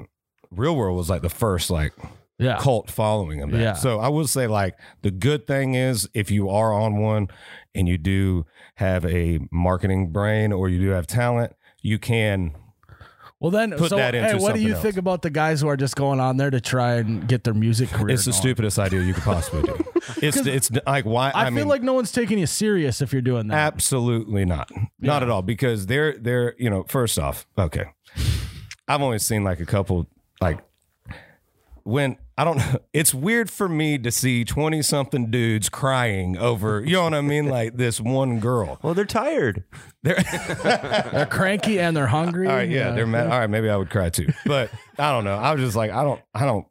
Speaker 4: Real World was like the first like
Speaker 1: yeah,
Speaker 4: cult following of that.
Speaker 1: Yeah.
Speaker 4: So I would say like the good thing is if you are on one and you do have a marketing brain or you do have talent, you can.
Speaker 1: Well, then,
Speaker 4: Put
Speaker 1: so,
Speaker 4: that into
Speaker 1: hey, what do
Speaker 4: something
Speaker 1: you
Speaker 4: else.
Speaker 1: think about the guys who are just going on there to try and get their music career?
Speaker 4: It's the
Speaker 1: going?
Speaker 4: stupidest idea you could possibly do. It's it's like why
Speaker 1: I,
Speaker 4: I,
Speaker 1: feel
Speaker 4: mean,
Speaker 1: like no one's taking you serious if you're doing that.
Speaker 4: Absolutely not. Not at all. Because they're they're you know, first off, okay. I've only seen like a couple like when I don't know, it's weird for me to see 20 something dudes crying over, you know what I mean? Like this one girl.
Speaker 5: Well, they're tired.
Speaker 1: they're cranky and they're hungry.
Speaker 4: All right, yeah, they're mad. All right, maybe I would cry too. But I don't know. I was just like, I don't, I don't,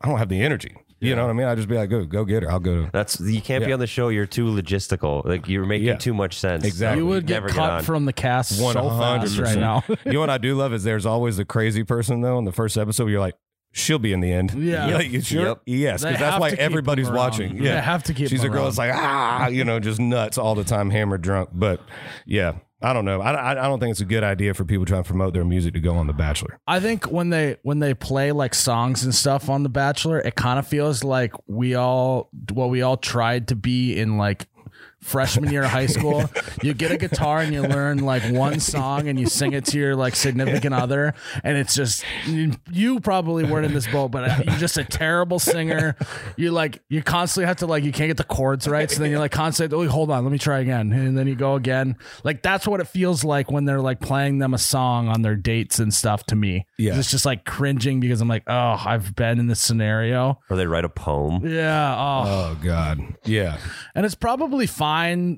Speaker 4: I don't have the energy. You know what I mean? I'd just be like, go, go get her. I'll go to.
Speaker 5: That's you can't be
Speaker 4: Yeah.
Speaker 5: on the show. You're too logistical. Like you're making
Speaker 4: Yeah.
Speaker 5: too much sense.
Speaker 4: Exactly.
Speaker 1: you would get
Speaker 5: Never get
Speaker 1: cut
Speaker 5: on.
Speaker 1: from the cast so fast
Speaker 4: 100%.
Speaker 1: right now.
Speaker 4: you know what I do love is there's always the crazy person though in the first episode. Where you're like, she'll be in the end.
Speaker 1: Yeah.
Speaker 4: You're like, you sure?
Speaker 5: Yep.
Speaker 4: Yes,
Speaker 1: They
Speaker 4: because
Speaker 1: have
Speaker 4: that's why
Speaker 1: to keep 'em
Speaker 4: everybody's
Speaker 1: around.
Speaker 4: watching. Yeah,
Speaker 1: They have to keep
Speaker 4: She's
Speaker 1: 'em
Speaker 4: a girl
Speaker 1: around.
Speaker 4: that's like ah, you know, just nuts all the time, hammered drunk. But yeah, I don't know. I, I, I don't think it's a good idea for people trying to promote their music to go on The Bachelor.
Speaker 1: I think when they when they play like songs and stuff on The Bachelor, it kind of feels like we all what we all tried to be in like freshman year of high school. you get a guitar and you learn like one song and you sing it to your like significant other, and it's just you, you probably weren't in this boat, but uh, you're just a terrible singer. You like you constantly have to like you can't get the chords right, so then you're like constantly, oh hold on, let me try again, and then you go again. Like that's what it feels like when they're like playing them a song on their dates and stuff. To me,
Speaker 4: Yeah.
Speaker 1: it's just like cringing because I'm like, oh, I've been in this scenario.
Speaker 5: Or they write a poem.
Speaker 4: Uh,
Speaker 1: Yeah, oh,
Speaker 4: Oh God, yeah.
Speaker 1: and it's probably fine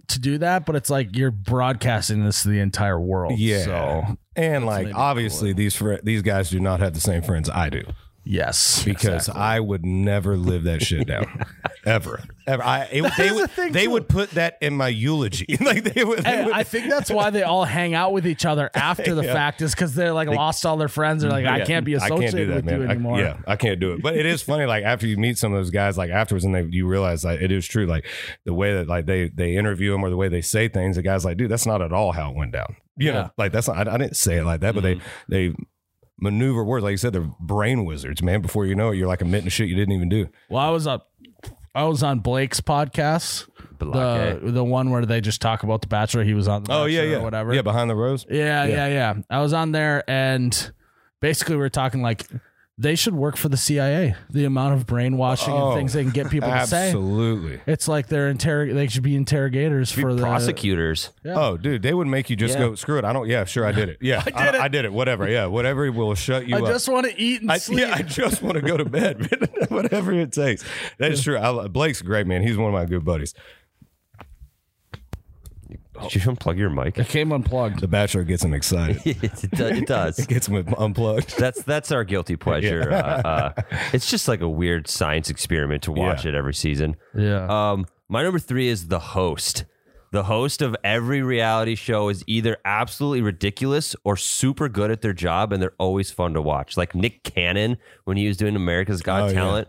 Speaker 1: to do that, but it's like you're broadcasting this to the entire world.
Speaker 4: Yeah.
Speaker 1: So
Speaker 4: and like
Speaker 1: maybe
Speaker 4: obviously these fri these guys do not have the same friends I do
Speaker 1: yes.
Speaker 4: because I would never live that shit down ever ever. I it, they would they would put that in my eulogy like they would. They
Speaker 1: And
Speaker 4: would
Speaker 1: I think that's why they all hang out with each other after the fact is because they're like lost all their friends. They're like, I can't be
Speaker 4: I
Speaker 1: associated
Speaker 4: can't do that,
Speaker 1: with
Speaker 4: man.
Speaker 1: you
Speaker 4: I-
Speaker 1: anymore.
Speaker 4: yeah, I can't do it. But it is funny, like after you meet some of those guys, like afterwards, and they you realize like it is true, like the way that like they they interview them or the way they say things, the guys like, dude, that's not at all how it went down. You
Speaker 1: Yeah. Mm-hmm.
Speaker 4: know, like that's not. I, I didn't say it like that, but they they maneuver words like you said, they're brain wizards, man. Before you know it, you're like admitting shit you didn't even do.
Speaker 1: Well, I was up. I was on Blake's podcast, the the one where they just talk about the Bachelor. He was on. The
Speaker 4: Oh yeah,
Speaker 1: Bachelor or
Speaker 4: yeah,
Speaker 1: whatever.
Speaker 4: yeah. Behind the rose,
Speaker 1: Yeah, yeah, yeah. I was on there and basically we are talking like they should work for the CIA. The amount of brainwashing
Speaker 4: Oh,
Speaker 1: and things they can get people to say.
Speaker 4: absolutely.
Speaker 1: It's like they're interrog they should be interrogators for the
Speaker 5: prosecutors.
Speaker 4: Oh, dude, they would make you just
Speaker 5: Yeah.
Speaker 4: go screw it. I don't. Yeah, sure, I did it. Yeah, I did it. I did it. Whatever. Yeah, whatever will shut you
Speaker 1: I
Speaker 4: up.
Speaker 1: just want to eat and
Speaker 4: I,
Speaker 1: sleep.
Speaker 4: yeah, I just want to go to bed, man. whatever it takes. That is true. I, li- Blake's a great, man. He's one of my good buddies.
Speaker 5: Did you unplug your mic?
Speaker 1: it came unplugged.
Speaker 4: The Bachelor gets him excited.
Speaker 5: it, do- it does.
Speaker 4: It gets him unplugged.
Speaker 5: That's that's our guilty pleasure. Uh, uh, it's just like a weird science experiment to watch
Speaker 4: Yeah.
Speaker 5: it every season.
Speaker 1: Yeah.
Speaker 5: Um, my number three is the host. The host of every reality show is either absolutely ridiculous or super good at their job, and they're always fun to watch. Like Nick Cannon when he was doing America's Got
Speaker 4: Oh, yeah.
Speaker 5: Talent,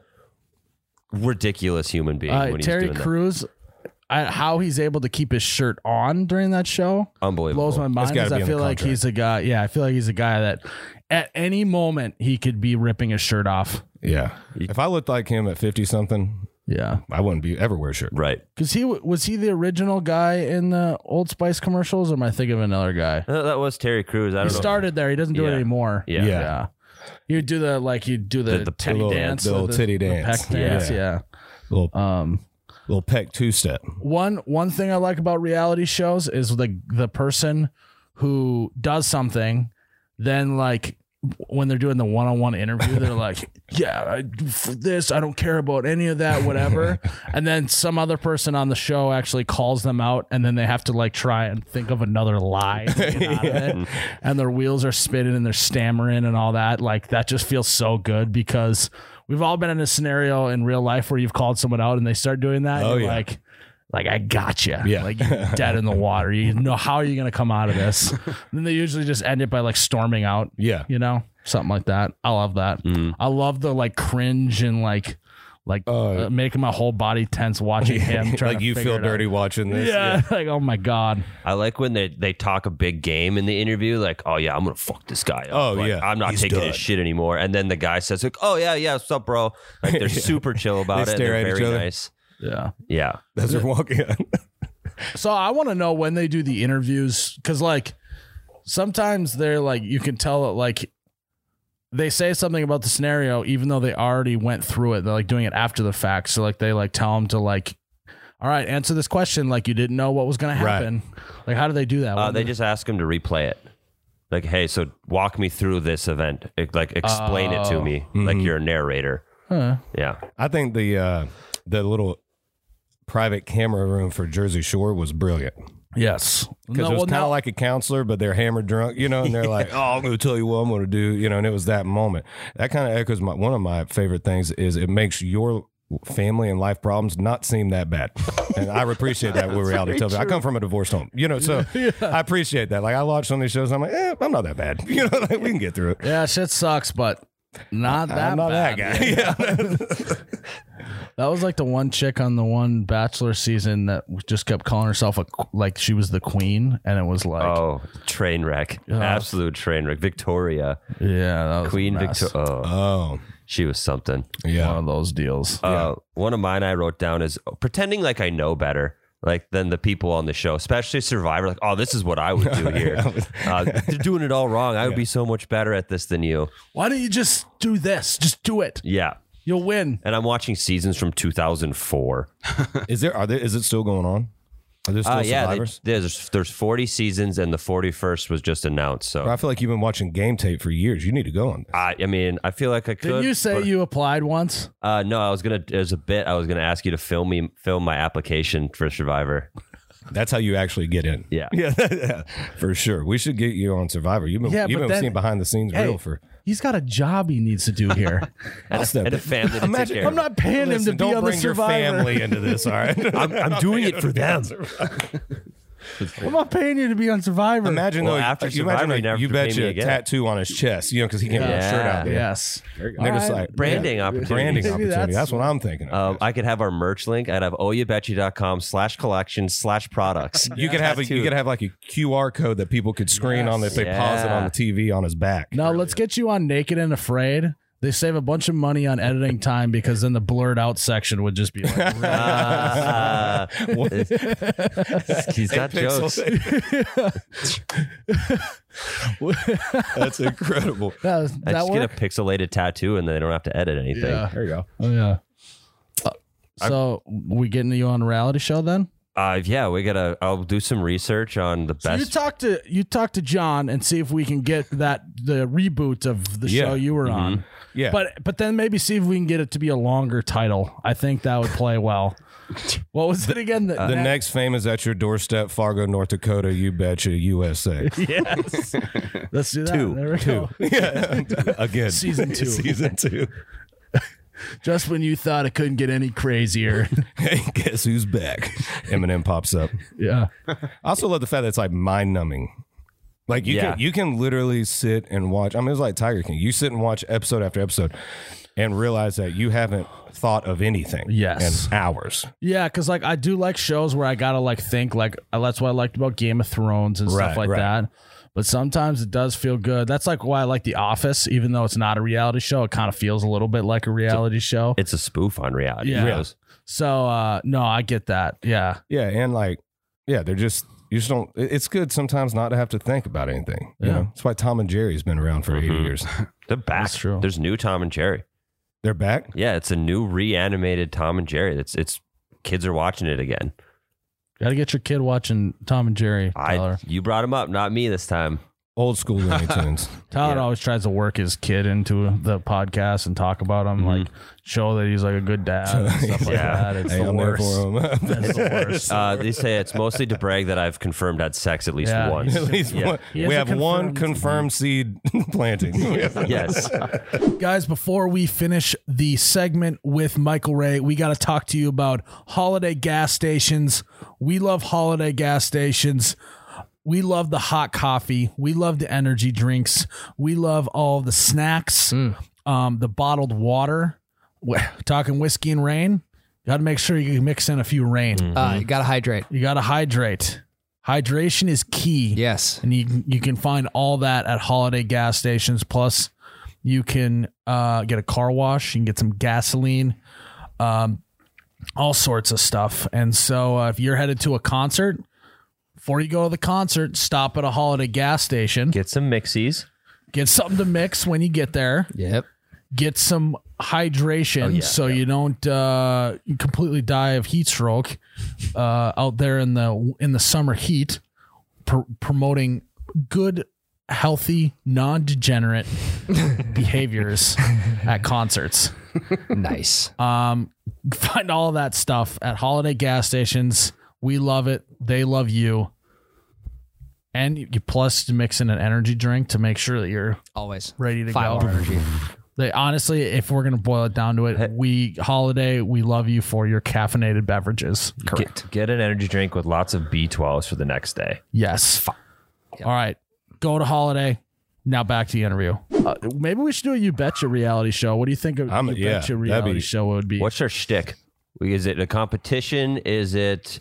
Speaker 5: ridiculous human being.
Speaker 1: Uh,
Speaker 5: when he's
Speaker 1: Terry
Speaker 5: doing that.
Speaker 1: Crews, I, how he's able to keep his shirt on during that show
Speaker 5: unbelievable.
Speaker 1: blows my mind
Speaker 4: gotta
Speaker 1: because
Speaker 4: be
Speaker 1: I
Speaker 4: in the
Speaker 1: feel like
Speaker 4: contract.
Speaker 1: he's a guy. Yeah, I feel like he's a guy that at any moment he could be ripping his shirt off.
Speaker 4: Yeah. If I looked like him at 50 something,
Speaker 1: Yeah,
Speaker 4: I wouldn't be ever wear a shirt.
Speaker 5: right.
Speaker 1: because he w- was he the original guy in the Old Spice commercials, or am I thinking of another guy?
Speaker 5: Uh, That was Terry Crews. I don't
Speaker 1: He
Speaker 5: know.
Speaker 1: started there. He doesn't do it
Speaker 5: Yeah.
Speaker 1: anymore.
Speaker 5: Yeah.
Speaker 4: Yeah.
Speaker 1: You do the like you do the,
Speaker 5: The- the
Speaker 1: titty
Speaker 4: little-
Speaker 1: dance,
Speaker 4: the little titty dance.
Speaker 1: peck dance.
Speaker 4: Yeah.
Speaker 1: Yeah.
Speaker 4: Little,
Speaker 1: Um,
Speaker 4: little peck two step.
Speaker 1: one one thing I like about reality shows is the the person who does something, then like when they're doing the one on one interview, they're like, "Yeah, I, for this I don't care about any of that, whatever." and then some other person on the show actually calls them out, and then they have to like try and think of another lie, to get out of it. and their wheels are spinning and they're stammering and all that. Like that just feels so good because. We've all been in a scenario in real life where you've called someone out and they start doing that. and
Speaker 4: Oh,
Speaker 1: you're
Speaker 4: yeah.
Speaker 1: Like, like I got you.
Speaker 4: Yeah.
Speaker 1: Like you're dead in the water. You know how are you going to come out of this? And then they usually just end it by like storming out.
Speaker 4: Yeah.
Speaker 1: You know, something like that. I love that. I love the like cringe and like like
Speaker 4: Mm. Oh.
Speaker 1: uh, making my whole body tense watching him. Trying
Speaker 4: like
Speaker 1: to
Speaker 4: you
Speaker 1: figure
Speaker 4: feel
Speaker 1: it out.
Speaker 4: dirty watching this.
Speaker 1: Yeah, like oh my god.
Speaker 5: I like when they, they talk a big game in the interview, like, oh yeah, I'm gonna fuck this guy up.
Speaker 4: Oh,
Speaker 5: Like,
Speaker 4: yeah.
Speaker 5: I'm not
Speaker 4: He's
Speaker 5: taking
Speaker 4: done.
Speaker 5: his shit anymore. And then the guy says, like, oh yeah, yeah, what's up, bro? Like they're super chill about
Speaker 4: They
Speaker 5: it.
Speaker 4: stare
Speaker 5: They're
Speaker 4: at each
Speaker 5: very
Speaker 4: other.
Speaker 5: nice.
Speaker 1: Yeah.
Speaker 5: Yeah.
Speaker 4: As they're walking in.
Speaker 1: So I want to know when they do the interviews because like sometimes they're like you can tell it like they say something about the scenario even though they already went through it. They're like doing it after the fact. So like they like tell them to like, all right, answer this question like you didn't know what was going to
Speaker 4: Right.
Speaker 1: happen. Like how do they do that?
Speaker 5: Uh,
Speaker 1: When
Speaker 5: they just ask him to replay it. Like, hey, so walk me through this event. It- Like explain it to me.
Speaker 4: Mm-hmm.
Speaker 5: Like you're a narrator.
Speaker 1: Oh. Huh.
Speaker 5: Yeah.
Speaker 4: I think the uh, the little private camera room for Jersey Shore was brilliant.
Speaker 1: yes, No,
Speaker 4: Because it was
Speaker 1: well,
Speaker 4: kind of
Speaker 1: no.
Speaker 4: like a counselor, but they're hammered drunk, you know, and they're like, "Oh, I'm going to tell you what I'm going to do," you know, and it was that moment. That kind of echoes my one of my favorite things is it makes your family and life problems not seem that bad, and I appreciate that with reality television. I come from a divorced home, you know, so I appreciate that. Like I watch some of these shows, I'm like, eh, I'm not that bad, you know, like we can get through it.
Speaker 1: yeah, shit sucks, but not that.
Speaker 4: I'm not
Speaker 1: bad.
Speaker 4: that guy. Yeah.
Speaker 1: That was like the one chick on the one Bachelor season that just kept calling herself a qu- like she was the queen, and it was like
Speaker 5: Oh, train wreck. Absolute train wreck. Victoria.
Speaker 1: yeah, that was a
Speaker 5: Queen
Speaker 1: mess.
Speaker 5: Victoria. Oh,
Speaker 4: oh,
Speaker 5: she was something.
Speaker 1: one
Speaker 4: yeah.
Speaker 1: of those deals.
Speaker 5: Uh, one of mine I wrote down is "Oh, pretending like I know better, like than the people on the show, especially Survivor. Like, oh, this is what I would do here. uh, they're doing it all wrong. I would be so much better at this than you.
Speaker 1: Why don't you just do this? Just do it.
Speaker 5: Yeah.
Speaker 1: You'll win.
Speaker 5: And I'm watching seasons from 2004.
Speaker 4: Is there are there is it still going on? Are there still
Speaker 5: Uh, yeah, they-
Speaker 4: Oh, survivors?
Speaker 5: there's there's 40 seasons, and the 41st was just announced. So
Speaker 4: I feel like you've been watching game tape for years. You need to go on. this.
Speaker 5: I, I mean, I feel like I could.
Speaker 1: Didn't you say
Speaker 5: but-
Speaker 1: you applied once?
Speaker 5: Uh, no, I was gonna. There's a bit I was gonna ask you to film me, film my application for Survivor.
Speaker 4: That's how you actually get in.
Speaker 5: Yeah.
Speaker 4: Yeah. for sure. We should get you on Survivor. You've been
Speaker 1: Yeah,
Speaker 4: you've
Speaker 1: but
Speaker 4: been
Speaker 1: then-
Speaker 4: seeing behind the scenes
Speaker 1: Hey,
Speaker 4: real for
Speaker 1: He's got a job he needs to do here.
Speaker 4: I'll step
Speaker 5: and a
Speaker 4: in.
Speaker 5: family to take care
Speaker 1: I'm
Speaker 5: of.
Speaker 1: not paying him to be
Speaker 4: Listen, don't
Speaker 1: on the
Speaker 4: bring your
Speaker 1: Survivor.
Speaker 4: family into this, all right?
Speaker 5: I'm, I'm doing it for them.
Speaker 1: I'm not paying you to be on Survivor.
Speaker 4: Imagine
Speaker 5: Well,
Speaker 4: though,
Speaker 5: after
Speaker 4: you
Speaker 5: Survivor,
Speaker 4: imagine
Speaker 5: you never have
Speaker 4: like, you
Speaker 5: to pay
Speaker 4: bet
Speaker 5: me
Speaker 4: you a
Speaker 5: again.
Speaker 4: tattoo on his chest, you know, because he can't wear a shirt out there.
Speaker 1: yes.
Speaker 4: And they're just
Speaker 1: All right.
Speaker 4: like
Speaker 5: Branding
Speaker 4: yeah,
Speaker 5: opportunity.
Speaker 4: branding
Speaker 1: Maybe
Speaker 4: opportunity.
Speaker 1: that's-
Speaker 4: That's, what I'm thinking. Of.
Speaker 5: Um, I could have our merch link. I'd have oyabetchy.com slash collection slash products.
Speaker 4: you could have a, you
Speaker 5: Tattooed.
Speaker 4: could have like a QR code that people could screen on if they pause it on
Speaker 5: Yeah.
Speaker 4: the TV on his back.
Speaker 1: No, let's get you on Naked and Afraid. They save a bunch of money on editing time because then the blurred out section would just be like, really-
Speaker 5: Ah.
Speaker 4: What?
Speaker 5: he's got jokes.
Speaker 4: That's incredible.
Speaker 1: that, does
Speaker 5: I
Speaker 1: that
Speaker 5: just
Speaker 1: work?
Speaker 5: get a pixelated tattoo and then they don't have to edit anything.
Speaker 1: Yeah.
Speaker 4: There you go.
Speaker 1: Oh yeah. Uh, so we getting you on a reality show then?
Speaker 5: Uh, yeah, we gotta. I'll do some research on the
Speaker 1: So you
Speaker 5: best.
Speaker 1: talk to you talk to John and see if we can get that the reboot of the
Speaker 4: Yeah.
Speaker 1: show you were on.
Speaker 4: Yeah.
Speaker 1: But but then maybe see if we can get it to be a longer title. I think that would play well. what was it again? The,
Speaker 4: the next fame is at your doorstep, Fargo, North Dakota. You betcha, USA.
Speaker 1: yes. Let's do that.
Speaker 5: Two.
Speaker 1: There we go.
Speaker 4: yeah, again,
Speaker 1: Season two.
Speaker 4: season two.
Speaker 1: Just when you thought it couldn't get any crazier.
Speaker 4: Hey, guess who's back? Eminem pops up.
Speaker 1: yeah.
Speaker 4: I also love the fact that it's like mind numbing. Like you
Speaker 5: Yeah.
Speaker 4: can you can literally sit and watch. I mean, it's like Tiger King. You sit and watch episode after episode, and realize that you haven't thought of anything.
Speaker 1: Yes.
Speaker 4: in hours.
Speaker 1: Yeah, because like I do like shows where I gotta like think like uh, that's what I liked about Game of Thrones and stuff
Speaker 4: Right,
Speaker 1: like
Speaker 4: right.
Speaker 1: that. But sometimes it does feel good. That's like why I like The Office, even though it's not a reality show. It kind of feels a little bit like a reality show.
Speaker 5: It's a spoof on reality.
Speaker 1: Yeah.
Speaker 5: shows.
Speaker 1: So uh no, I get that. Yeah,
Speaker 4: Yeah, and like yeah, they're just you just don't. it- It's good sometimes not to have to think about anything.
Speaker 1: Yeah.
Speaker 4: You
Speaker 1: Mm-hmm.
Speaker 4: know? that's why Tom and Jerry's been around for eighty
Speaker 5: Mhm.
Speaker 4: years.
Speaker 5: They're back.
Speaker 1: That's true.
Speaker 5: There's new Tom and Jerry.
Speaker 4: They're back.
Speaker 5: Yeah, it's a new reanimated Tom and Jerry. It's it's kids are watching it again.
Speaker 1: gotta get your kid watching Tom and Jerry. Tyler.
Speaker 5: I you brought him up, not me this time.
Speaker 4: Old school Looney Tunes.
Speaker 1: Tyler
Speaker 5: yeah.
Speaker 1: always tries to work his kid into the podcast and talk about him, like show that he's like a good dad. and stuff like
Speaker 5: Yeah.
Speaker 1: that. It's
Speaker 4: Hey,
Speaker 1: the
Speaker 4: I'm there
Speaker 1: worst.
Speaker 4: for 'em.
Speaker 1: It's the worst.
Speaker 5: Uh, they say it's mostly to brag that I've confirmed had sex at least
Speaker 1: Yeah.
Speaker 5: once.
Speaker 4: At least
Speaker 5: Yeah.
Speaker 4: one.
Speaker 1: He
Speaker 4: We
Speaker 1: has a
Speaker 4: have one
Speaker 1: confirmed-
Speaker 4: confirmed seed planting.
Speaker 5: Yes.
Speaker 1: Guys, before we finish the segment with Michael Ray, we got to talk to you about holiday gas stations. We love holiday gas stations. We love the hot coffee. We love the energy drinks. We love all the snacks, um, the bottled water. We're talking whiskey and rain. Got to make sure you mix in a few rain.
Speaker 2: Uh, you gotta hydrate.
Speaker 1: You got to hydrate. Hydration is key.
Speaker 2: Yes.
Speaker 1: And you you can find all that at holiday gas stations. Plus, you can uh, get a car wash. You can get some gasoline, um, all sorts of stuff. And so, uh, if you're headed to a concert, before you go to the concert, stop at a holiday gas station. Get,
Speaker 5: Get some mixies.
Speaker 1: something to mix when you get there.
Speaker 2: Yep.
Speaker 1: Get some hydration so you don't uh, completely die of heat stroke uh, out there in the in the summer heat pr- promoting good, healthy, non-degenerate behaviors at concerts.
Speaker 2: Nice.
Speaker 1: Um, find all that stuff at holiday gas stations. We love it. They love you. And you plus you mix in an energy drink to make sure that you're
Speaker 2: Always.
Speaker 1: ready to
Speaker 2: Five
Speaker 1: go.
Speaker 2: hour energy.
Speaker 1: They honestly, if we're gonna boil it down to it, we holiday, we love you for your caffeinated beverages.
Speaker 5: Get, get an energy drink with lots of B12s for the next day.
Speaker 1: Yes. All right. Go to holiday. Now back to the interview. Uh, maybe we should do a You Betcha reality show. What do you think of
Speaker 4: I'm-
Speaker 1: You
Speaker 4: yeah,
Speaker 1: Betcha
Speaker 4: that'd
Speaker 1: reality
Speaker 4: be-
Speaker 1: show would be?
Speaker 5: What's our shtick? Is it a competition? Is it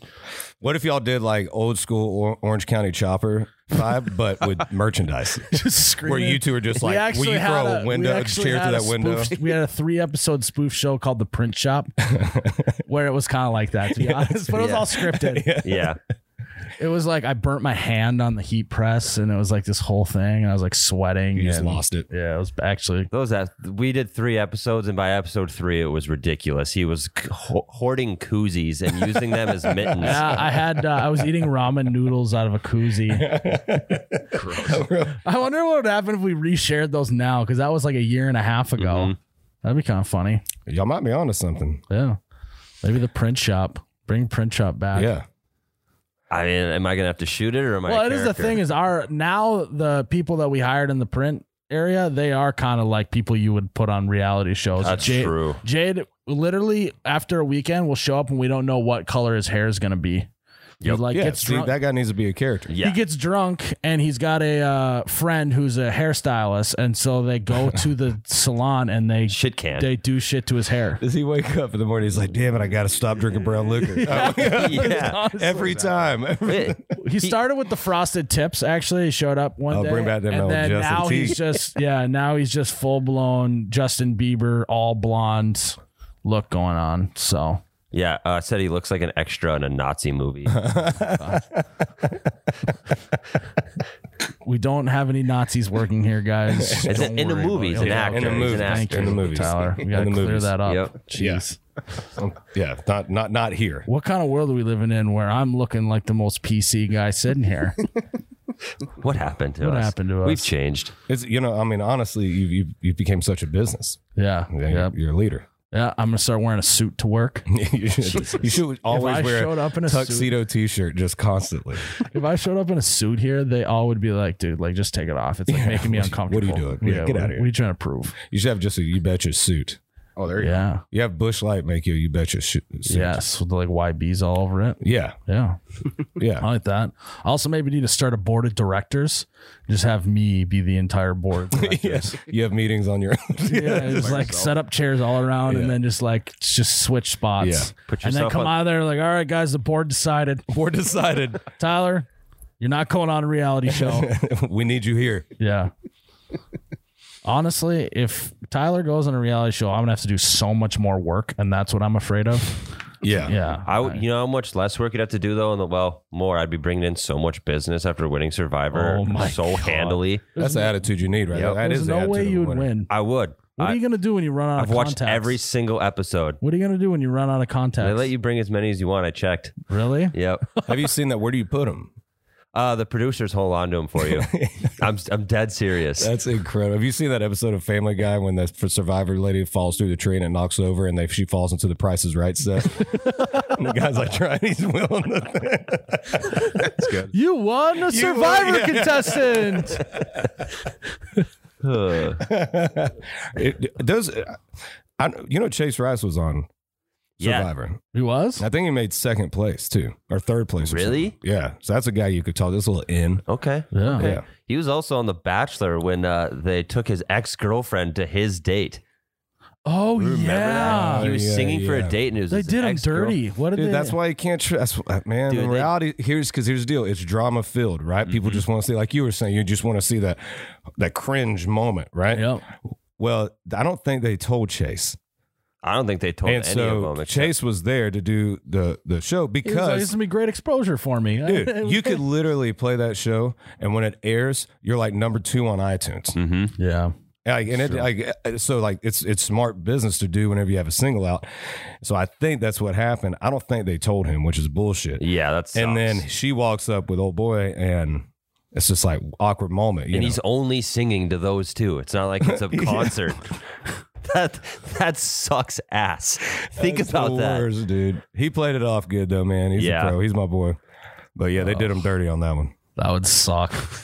Speaker 4: What if y'all did like old school or- Orange County Chopper vibe, but with merchandise?
Speaker 1: Just screaming.
Speaker 4: Where you two are just
Speaker 1: We
Speaker 4: like, will
Speaker 1: actually
Speaker 4: you
Speaker 1: had
Speaker 4: throw a,
Speaker 1: we
Speaker 4: window, a
Speaker 1: actually
Speaker 4: chair
Speaker 1: had
Speaker 4: through
Speaker 1: a
Speaker 4: that window?
Speaker 1: spoof- we had a three episode spoof show called The Print Shop where it was kind of like that, to be honest, but it was all scripted.
Speaker 5: yeah.
Speaker 1: It was like I burnt my hand on the heat press and it was like this whole thing. And I was like sweating.
Speaker 4: You just
Speaker 1: and-
Speaker 4: lost it.
Speaker 1: Yeah, it was actually
Speaker 5: Those that we did three episodes, and by episode three, it was ridiculous. He was c- ho- hoarding koozies and using them as mittens.
Speaker 1: Yeah, I had uh, I was eating ramen noodles out of a koozie. I wonder what would happen if we reshared those now because that was like a year and a half ago.
Speaker 4: Mm-hmm.
Speaker 1: That'd be kind of funny.
Speaker 4: Y'all might be onto something.
Speaker 1: Uh, Yeah, maybe the print shop. Bring print shop back.
Speaker 4: Yeah.
Speaker 5: I mean, am I gonna have to shoot it or am I?
Speaker 1: well,
Speaker 5: a
Speaker 1: it is the
Speaker 5: character?
Speaker 1: thing is our now the people that we hired in the print area, they are kind of like people you would put on reality shows.
Speaker 5: That's
Speaker 1: Jade,
Speaker 5: true.
Speaker 1: Jade literally after a weekend will show up and we don't know what color his hair is going to be. He
Speaker 5: Yep.
Speaker 1: like
Speaker 4: yeah,
Speaker 1: gets
Speaker 4: see,
Speaker 1: drunk.
Speaker 4: that guy needs to be a character.
Speaker 5: Yeah.
Speaker 1: He gets drunk and he's got a uh, friend who's a hairstylist, and so they go to the salon and they
Speaker 5: Shit can.
Speaker 1: they do shit to his hair.
Speaker 4: Does he wake up in the morning? He's like, damn it, I got to stop drinking brown liquor.
Speaker 5: yeah.
Speaker 4: Every time.
Speaker 5: It-
Speaker 1: He started with the frosted tips. Actually, he showed up one
Speaker 4: I'll
Speaker 1: day.
Speaker 4: Oh, bring back that
Speaker 1: and
Speaker 4: melon
Speaker 1: then
Speaker 4: Justin
Speaker 1: now
Speaker 4: T.
Speaker 1: he's just yeah. Now he's just full blown Justin Bieber, all blonde look going on. So
Speaker 5: yeah. Uh, said he looks like an extra in a Nazi movie.
Speaker 1: we don't have any Nazis working here, guys.
Speaker 5: It's
Speaker 1: Don't
Speaker 5: in the
Speaker 1: worry
Speaker 5: movie. He's
Speaker 1: about it.
Speaker 5: an actor.
Speaker 4: in the
Speaker 5: He's
Speaker 4: movies.
Speaker 5: an
Speaker 1: Thank
Speaker 5: actor.
Speaker 1: you,
Speaker 4: In the movies.
Speaker 1: Tyler. We
Speaker 4: In
Speaker 1: gotta
Speaker 4: the
Speaker 1: clear
Speaker 4: movies.
Speaker 1: that up.
Speaker 5: Yep.
Speaker 1: Jeez.
Speaker 4: yeah, not not not here.
Speaker 1: What kind of world are we living in where I'm looking like the most PC guy sitting here?
Speaker 5: What happened to
Speaker 1: What
Speaker 5: us?
Speaker 1: happened to
Speaker 5: We've
Speaker 1: us?
Speaker 5: changed.
Speaker 4: It's you know, I mean, honestly, you you, you became such a business.
Speaker 1: yeah.
Speaker 4: Yeah,
Speaker 1: yeah.
Speaker 4: You're a leader.
Speaker 1: Yeah. I'm gonna start wearing a suit to work.
Speaker 4: you, should, you should always
Speaker 1: I
Speaker 4: wear
Speaker 1: showed up in a suit-
Speaker 4: tuxedo t-shirt just constantly.
Speaker 1: If I showed up in a suit here, they all would be like, dude, like just take it off. It's like making me
Speaker 4: what you-
Speaker 1: uncomfortable.
Speaker 4: what are you doing? Yeah, get
Speaker 1: what-
Speaker 4: outta here.
Speaker 1: What are you trying to prove?
Speaker 4: You should have just a you betcha suit. Oh, there
Speaker 1: Yeah.
Speaker 4: You have Bush Light make you a you betcha sh- suit.
Speaker 1: Yes. With like YBs all over it.
Speaker 4: Yeah.
Speaker 1: Yeah. I
Speaker 4: Yeah.
Speaker 1: like that. I also maybe need to start a board of directors. Just have me be the entire board. of directors.
Speaker 4: yes. You have meetings on your own.
Speaker 1: Yeah, it's like set up chairs all around
Speaker 4: Yeah.
Speaker 1: and then just like just switch spots.
Speaker 4: Yeah.
Speaker 5: Put
Speaker 1: and then
Speaker 5: yourself
Speaker 1: come
Speaker 5: on-
Speaker 1: out of there like, all right, guys, the board decided.
Speaker 4: We're decided.
Speaker 1: Tyler, you're not going on a reality show.
Speaker 4: we need you here.
Speaker 1: yeah. Honestly, if Tyler goes on a reality show, I'm gonna have to do so much more work, and that's what I'm afraid of.
Speaker 4: Yeah.
Speaker 1: Yeah.
Speaker 5: I, would- you know how much less work you'd have to do though, and the well more. I'd be bringing in so much business after winning Survivor
Speaker 1: Oh my
Speaker 5: so
Speaker 1: God.
Speaker 5: handily.
Speaker 4: That's the attitude you need, right?
Speaker 5: Yep.
Speaker 4: That
Speaker 1: There's
Speaker 4: is the
Speaker 1: no
Speaker 4: attitude
Speaker 1: way
Speaker 4: of a
Speaker 1: you would
Speaker 4: winner.
Speaker 1: win.
Speaker 5: I would.
Speaker 1: What are
Speaker 5: I,
Speaker 1: you gonna do when you run out
Speaker 5: I've
Speaker 1: of
Speaker 5: watched
Speaker 1: contacts?
Speaker 5: every single episode.
Speaker 1: What are you gonna do when you run out of contacts?
Speaker 5: They let you bring as many as you want. I checked.
Speaker 1: really?
Speaker 5: Yep.
Speaker 4: Have you seen that? Where do you put them?
Speaker 5: Uh, the producers hold on to them for you. I'm I'm dead serious.
Speaker 4: That's incredible. Have you seen that episode of Family Guy when the for survivor lady falls through the tree and it knocks over and they, she falls into the Price is Right set? and the guy's like trying, he's willing to. That's good.
Speaker 1: You won a Survivor contestant.
Speaker 5: Ugh.
Speaker 4: It, those, uh, I, you know, Chase Rice was on
Speaker 5: Yeah.
Speaker 4: Survivor.
Speaker 1: he was.
Speaker 4: I think he made second place too, or third place. or
Speaker 5: Really?
Speaker 4: something. Yeah. So that's a guy you could tell this little in.
Speaker 5: Okay.
Speaker 1: Yeah.
Speaker 4: Yeah.
Speaker 5: He was also on The Bachelor when uh, they took his ex girlfriend to his date.
Speaker 1: Oh
Speaker 5: Remember
Speaker 1: yeah.
Speaker 5: that? He was
Speaker 4: Yeah,
Speaker 5: singing for
Speaker 4: yeah.
Speaker 5: a date and it was
Speaker 1: They
Speaker 5: his
Speaker 1: did him
Speaker 5: ex-girl-
Speaker 1: dirty. What did
Speaker 4: Dude,
Speaker 1: they?
Speaker 4: that's why you can't trust. Man,
Speaker 5: Dude,
Speaker 4: in
Speaker 5: they-
Speaker 4: reality, here's because here's the deal: it's drama filled, right? People
Speaker 5: Mm-hmm.
Speaker 4: just want to see, like you were saying, you just want to see that that cringe moment, right?
Speaker 1: Yep.
Speaker 4: Well, I don't think they told Chase,
Speaker 5: I don't think they told
Speaker 4: and
Speaker 5: any of
Speaker 4: so
Speaker 5: them. except-
Speaker 4: Chase was there to do the the show
Speaker 1: He was like, this is
Speaker 4: because.
Speaker 1: gonna be great exposure for me.
Speaker 4: Dude, you could literally play that show, and when it airs, you're like number two on iTunes.
Speaker 5: Mhm.
Speaker 1: yeah.
Speaker 4: Like, and it, like, uh, so like it's it's smart business to do whenever you have a single out. So I think that's what happened. I don't think they told him, which is bullshit.
Speaker 5: Yeah, that's
Speaker 4: and then she walks up with old boy, and it's just like awkward moment. You
Speaker 5: and
Speaker 4: know?
Speaker 5: he's only singing to those two. It's not like it's a concert. that that sucks ass. Think
Speaker 4: That's
Speaker 5: about
Speaker 4: the
Speaker 5: that.
Speaker 4: worst, dude. He played it off good though, man. He's
Speaker 5: Yeah. Oh.
Speaker 4: a pro. He's my boy. But yeah, they did him dirty on that one.
Speaker 1: That would suck.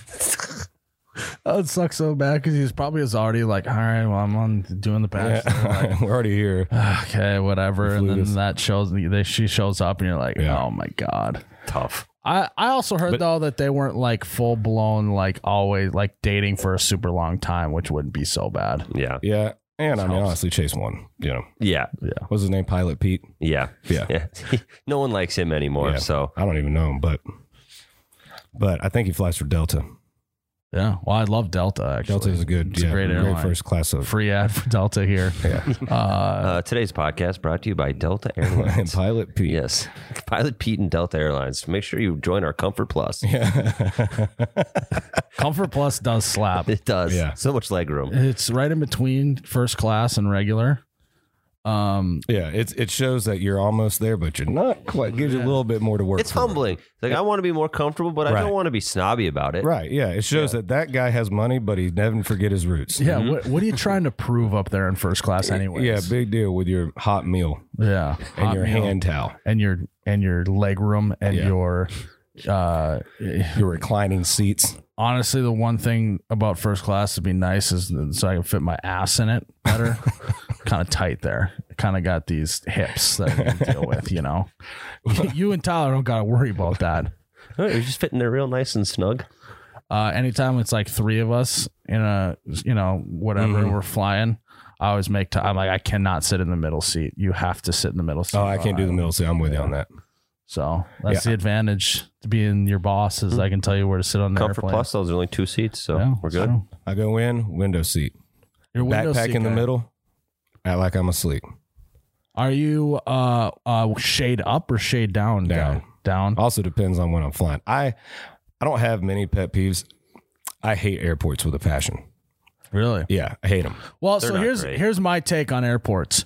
Speaker 1: that would suck so bad because he's probably was already like, all right, well, I'm on doing the
Speaker 4: Yeah.
Speaker 1: past.
Speaker 5: Oh
Speaker 4: We're already here.
Speaker 1: okay, whatever. And then
Speaker 4: Flutus.
Speaker 1: that shows they, she shows up, and you're like,
Speaker 4: Yeah.
Speaker 1: oh my god.
Speaker 5: Tough.
Speaker 1: I, I also heard
Speaker 4: But-
Speaker 1: though that they weren't like full blown like always like dating for a super long time, which wouldn't be so bad.
Speaker 5: Yeah.
Speaker 4: Yeah. And I mean, honestly, Chase won. You know,
Speaker 5: Yeah.
Speaker 4: what's his name? Pilot Pete.
Speaker 5: Yeah.
Speaker 4: Yeah.
Speaker 5: Yeah. no one likes him anymore.
Speaker 4: Yeah.
Speaker 5: So
Speaker 4: I don't even know him, but but I think he flies for Delta.
Speaker 1: Yeah. Well, I love Delta actually.
Speaker 4: Delta is a good,
Speaker 1: It's a
Speaker 4: yeah,
Speaker 1: great
Speaker 4: great
Speaker 1: airline.
Speaker 4: first class of
Speaker 1: free ad for Delta here.
Speaker 4: yeah.
Speaker 5: uh, today's podcast brought to you by Delta
Speaker 4: and
Speaker 5: Airlines.
Speaker 4: Pilot Pete.
Speaker 5: yes. Pilot Pete and Delta Airlines. Make sure you join our Comfort Plus.
Speaker 1: Comfort Plus does slap.
Speaker 5: It does.
Speaker 4: Yeah.
Speaker 5: So much leg room.
Speaker 1: It's right in between first class and regular. Um,
Speaker 4: Yeah, it it shows that you're almost there, but you're not quite. Gives you a little bit more to work.
Speaker 5: It's
Speaker 4: for.
Speaker 5: humbling. It's Like I want to be more comfortable, but I
Speaker 4: Right.
Speaker 5: don't want to be snobby about it.
Speaker 4: Right. Yeah. It shows that that guy has money, but he never forget his roots.
Speaker 1: yeah. What, what are you trying to prove up there in first class, anyways?
Speaker 4: Mm-hmm. Yeah. Big deal with your hot meal
Speaker 1: yeah.
Speaker 4: and
Speaker 1: Hot
Speaker 4: your
Speaker 1: meal
Speaker 4: hand towel.
Speaker 1: and your and your leg room and
Speaker 4: Yeah.
Speaker 1: your uh,
Speaker 4: Your reclining seats.
Speaker 1: honestly, the one thing about first class would be nice is that- so I can fit my ass in it better. kind of tight there. Kind of got these hips that I need to deal with. You know, you and Tyler don't got to worry about that.
Speaker 5: Oh, it was just fitting there real nice and snug.
Speaker 1: Uh, anytime it's like three of us in a, you know, whatever
Speaker 4: Mm-hmm.
Speaker 1: we're flying, I always make time. I'm like, I cannot sit in the middle seat. You have to sit in the middle seat.
Speaker 4: Oh, I can't do the middle seat. I'm with you on that.
Speaker 1: So that's the advantage to being your boss is
Speaker 4: Mm-hmm.
Speaker 1: I can tell you where to sit on the
Speaker 5: Comfort
Speaker 1: airplane.
Speaker 5: Plus, those are only two seats, so
Speaker 1: Yeah,
Speaker 5: we're
Speaker 1: it's
Speaker 5: good.
Speaker 1: true.
Speaker 4: I go in, window seat.
Speaker 1: Your window
Speaker 4: Backpack
Speaker 1: seat
Speaker 4: in the
Speaker 1: guy.
Speaker 4: middle. Act like I'm asleep.
Speaker 1: Are you uh uh shade up or shade down?
Speaker 4: Down. Oh.
Speaker 1: guy? Down.
Speaker 4: Also depends on when I'm flying. I I don't have many pet peeves. I hate airports with a passion.
Speaker 1: Really?
Speaker 4: Yeah, I hate them.
Speaker 1: Well, so
Speaker 5: not
Speaker 1: here's
Speaker 5: great.
Speaker 1: here's my take on airports.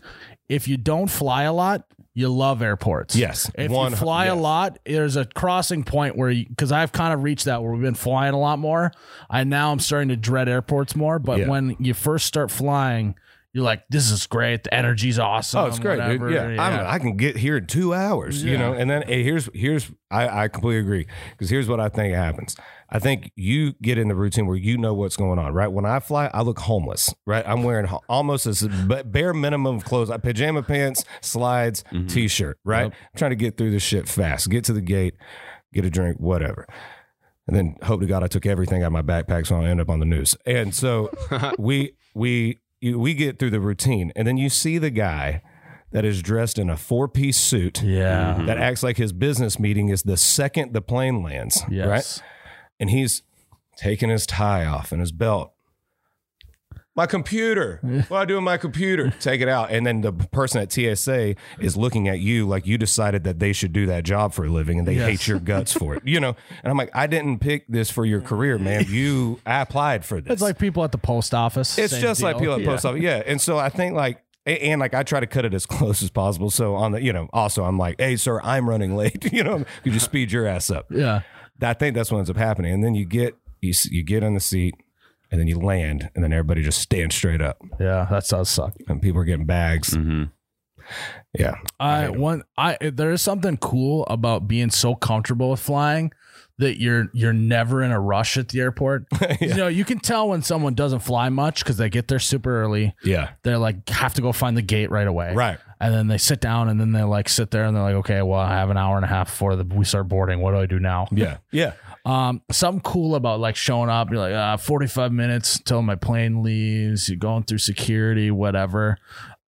Speaker 1: If you don't fly a lot, you love airports.
Speaker 4: Yes,
Speaker 1: If
Speaker 4: one-
Speaker 1: you fly a
Speaker 4: yes.
Speaker 1: lot, there's a crossing point where you because I've kind of reached that where we've been flying a lot more. I now I'm starting to dread airports more. But
Speaker 4: Yeah.
Speaker 1: when you first start flying, you're like, this is great. The energy's awesome.
Speaker 4: Oh, it's great,
Speaker 1: Um, whatever.
Speaker 4: dude. Yeah, I'm, I can get here in two hours, you know. And then eh, here's here's I, I completely agree because here's what I think happens. I think you get in the routine where you know what's going on, right? When I fly, I look homeless, right? I'm wearing ho- almost as ba- bare minimum of clothes, like pajama pants, slides, t-shirt, right? I'm trying to get through this shit fast, get to the gate, get a drink, whatever. And then hope to God I took everything out of my backpack, so I'll end up on the news. And so we we you, we get through the routine, and then you see the guy that is dressed in a four piece suit
Speaker 1: Yeah.
Speaker 4: that acts like his business meeting is the second the plane lands, right?
Speaker 1: Yes.
Speaker 4: And he's taking his tie off and his belt. My computer. What I do with my computer? Take it out. And then the person at TSA is looking at you like you decided that they should do that job for a living and they
Speaker 1: Yes.
Speaker 4: hate your guts for it. You know? And I'm like, I didn't pick this for your career, man. You I applied for this.
Speaker 1: It's like people at the post office.
Speaker 4: It's
Speaker 1: same
Speaker 4: just like
Speaker 1: deal.
Speaker 4: people at post office. Yeah. And so I think like a- and like I try to cut it as close as possible. So on the you know, also I'm like, hey sir, I'm running late. you know, you just speed your ass up.
Speaker 1: Yeah.
Speaker 4: I think that's what ends up happening. And then you get you s- you get on the seat and then you land and then everybody just stands straight up
Speaker 1: Yeah. That does suck.
Speaker 4: and people are getting bags.
Speaker 5: Mm-hmm.
Speaker 4: Yeah.
Speaker 1: I one I there is something cool about being so comfortable with flying that you're you're never in a rush at the airport. You know, you can tell when someone doesn't fly much cuz they get there super early.
Speaker 4: Yeah.
Speaker 1: They're like have to go find the gate right away.
Speaker 4: Right.
Speaker 1: And then they sit down and then they like sit there and they're like okay, well, I have an hour and a half before the, we start boarding. What do I do now?
Speaker 4: Yeah. Yeah.
Speaker 1: Um, something cool about like showing up. You're like, uh, 45 minutes till my plane leaves. You're going through security, whatever.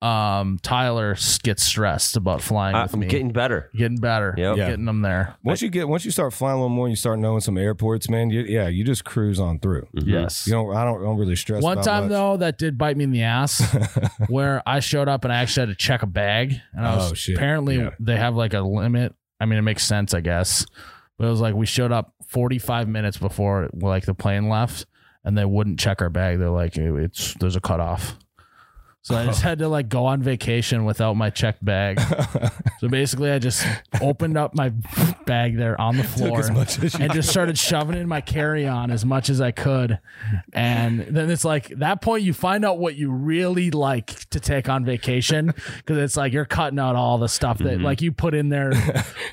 Speaker 1: Um, Tyler s- gets stressed about flying with
Speaker 5: I'm
Speaker 1: me.
Speaker 5: getting better.
Speaker 1: getting better.
Speaker 5: Yep.
Speaker 4: Yeah.
Speaker 1: Getting them there.
Speaker 4: Once you get once you start flying a little more, and you start knowing some airports, man. You, yeah, you just cruise on through.
Speaker 1: Yes.
Speaker 4: Mm-hmm. You don't. I don't. don't really stress.
Speaker 1: One
Speaker 4: about
Speaker 1: time
Speaker 4: much.
Speaker 1: though, that did bite me in the ass, where I showed up and I actually had to check a bag, and I was
Speaker 4: Oh, shit.
Speaker 1: apparently
Speaker 4: Yeah.
Speaker 1: they have like a limit. I mean, it makes sense, I guess, but it was like we showed up 45 minutes before like the plane left, and they wouldn't check our bag. They're like, "It- it's there's a cutoff. So I just had to like go on vacation without my checked bag. so basically, I just opened up my bag there on the floor
Speaker 4: as much as you
Speaker 1: and just started shoving it in my carry on as much as I could. And then it's like that point you find out what you really like to take on vacation because it's like you're cutting out all the stuff that
Speaker 4: Mm-hmm.
Speaker 1: like you put in there.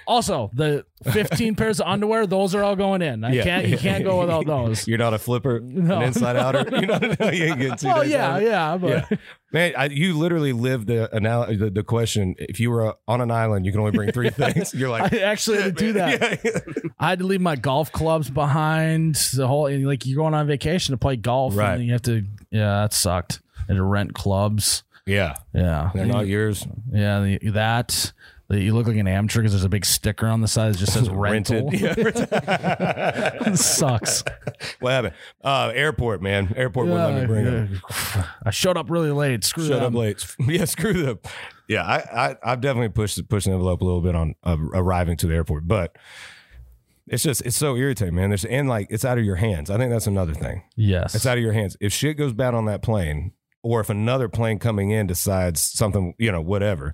Speaker 1: also, the 15 pairs of underwear, those are all going in. I
Speaker 4: Yeah.
Speaker 1: can't you can't go without those.
Speaker 4: You're not a flipper, an inside outer. You know, you ain't getting two
Speaker 1: Well,
Speaker 4: days out
Speaker 1: yeah,
Speaker 4: of it.
Speaker 1: yeah, but
Speaker 4: Yeah. Man, I, you literally lived the, anal- the the question. If you were uh, on an island, you can only bring three things. You're like,
Speaker 1: I actually had to do that.
Speaker 4: yeah, yeah.
Speaker 1: I had to leave my golf clubs behind. The whole and like you're going on vacation to play golf,
Speaker 4: Right.
Speaker 1: And then you have to. Yeah, that sucked. And to rent clubs.
Speaker 4: yeah.
Speaker 1: Yeah,
Speaker 4: They're not yours.
Speaker 1: yeah, the- that. that You look like an amateur because there's a big sticker on the side that just says rental. sucks.
Speaker 4: What happened? Uh, airport, man. Airport wouldn't let me bring them.
Speaker 1: Yeah. I showed up really late. Screw
Speaker 4: Shut up
Speaker 1: them.
Speaker 4: late. yeah, screw them. Yeah, I, I, I've definitely pushed pushed the envelope a little bit on uh, arriving to the airport, but it's just it's so irritating, man. There's and like it's out of your hands. I think that's another thing.
Speaker 1: Yes.
Speaker 4: It's out of your hands. If shit goes bad on that plane, or if another plane coming in decides something, you know, whatever,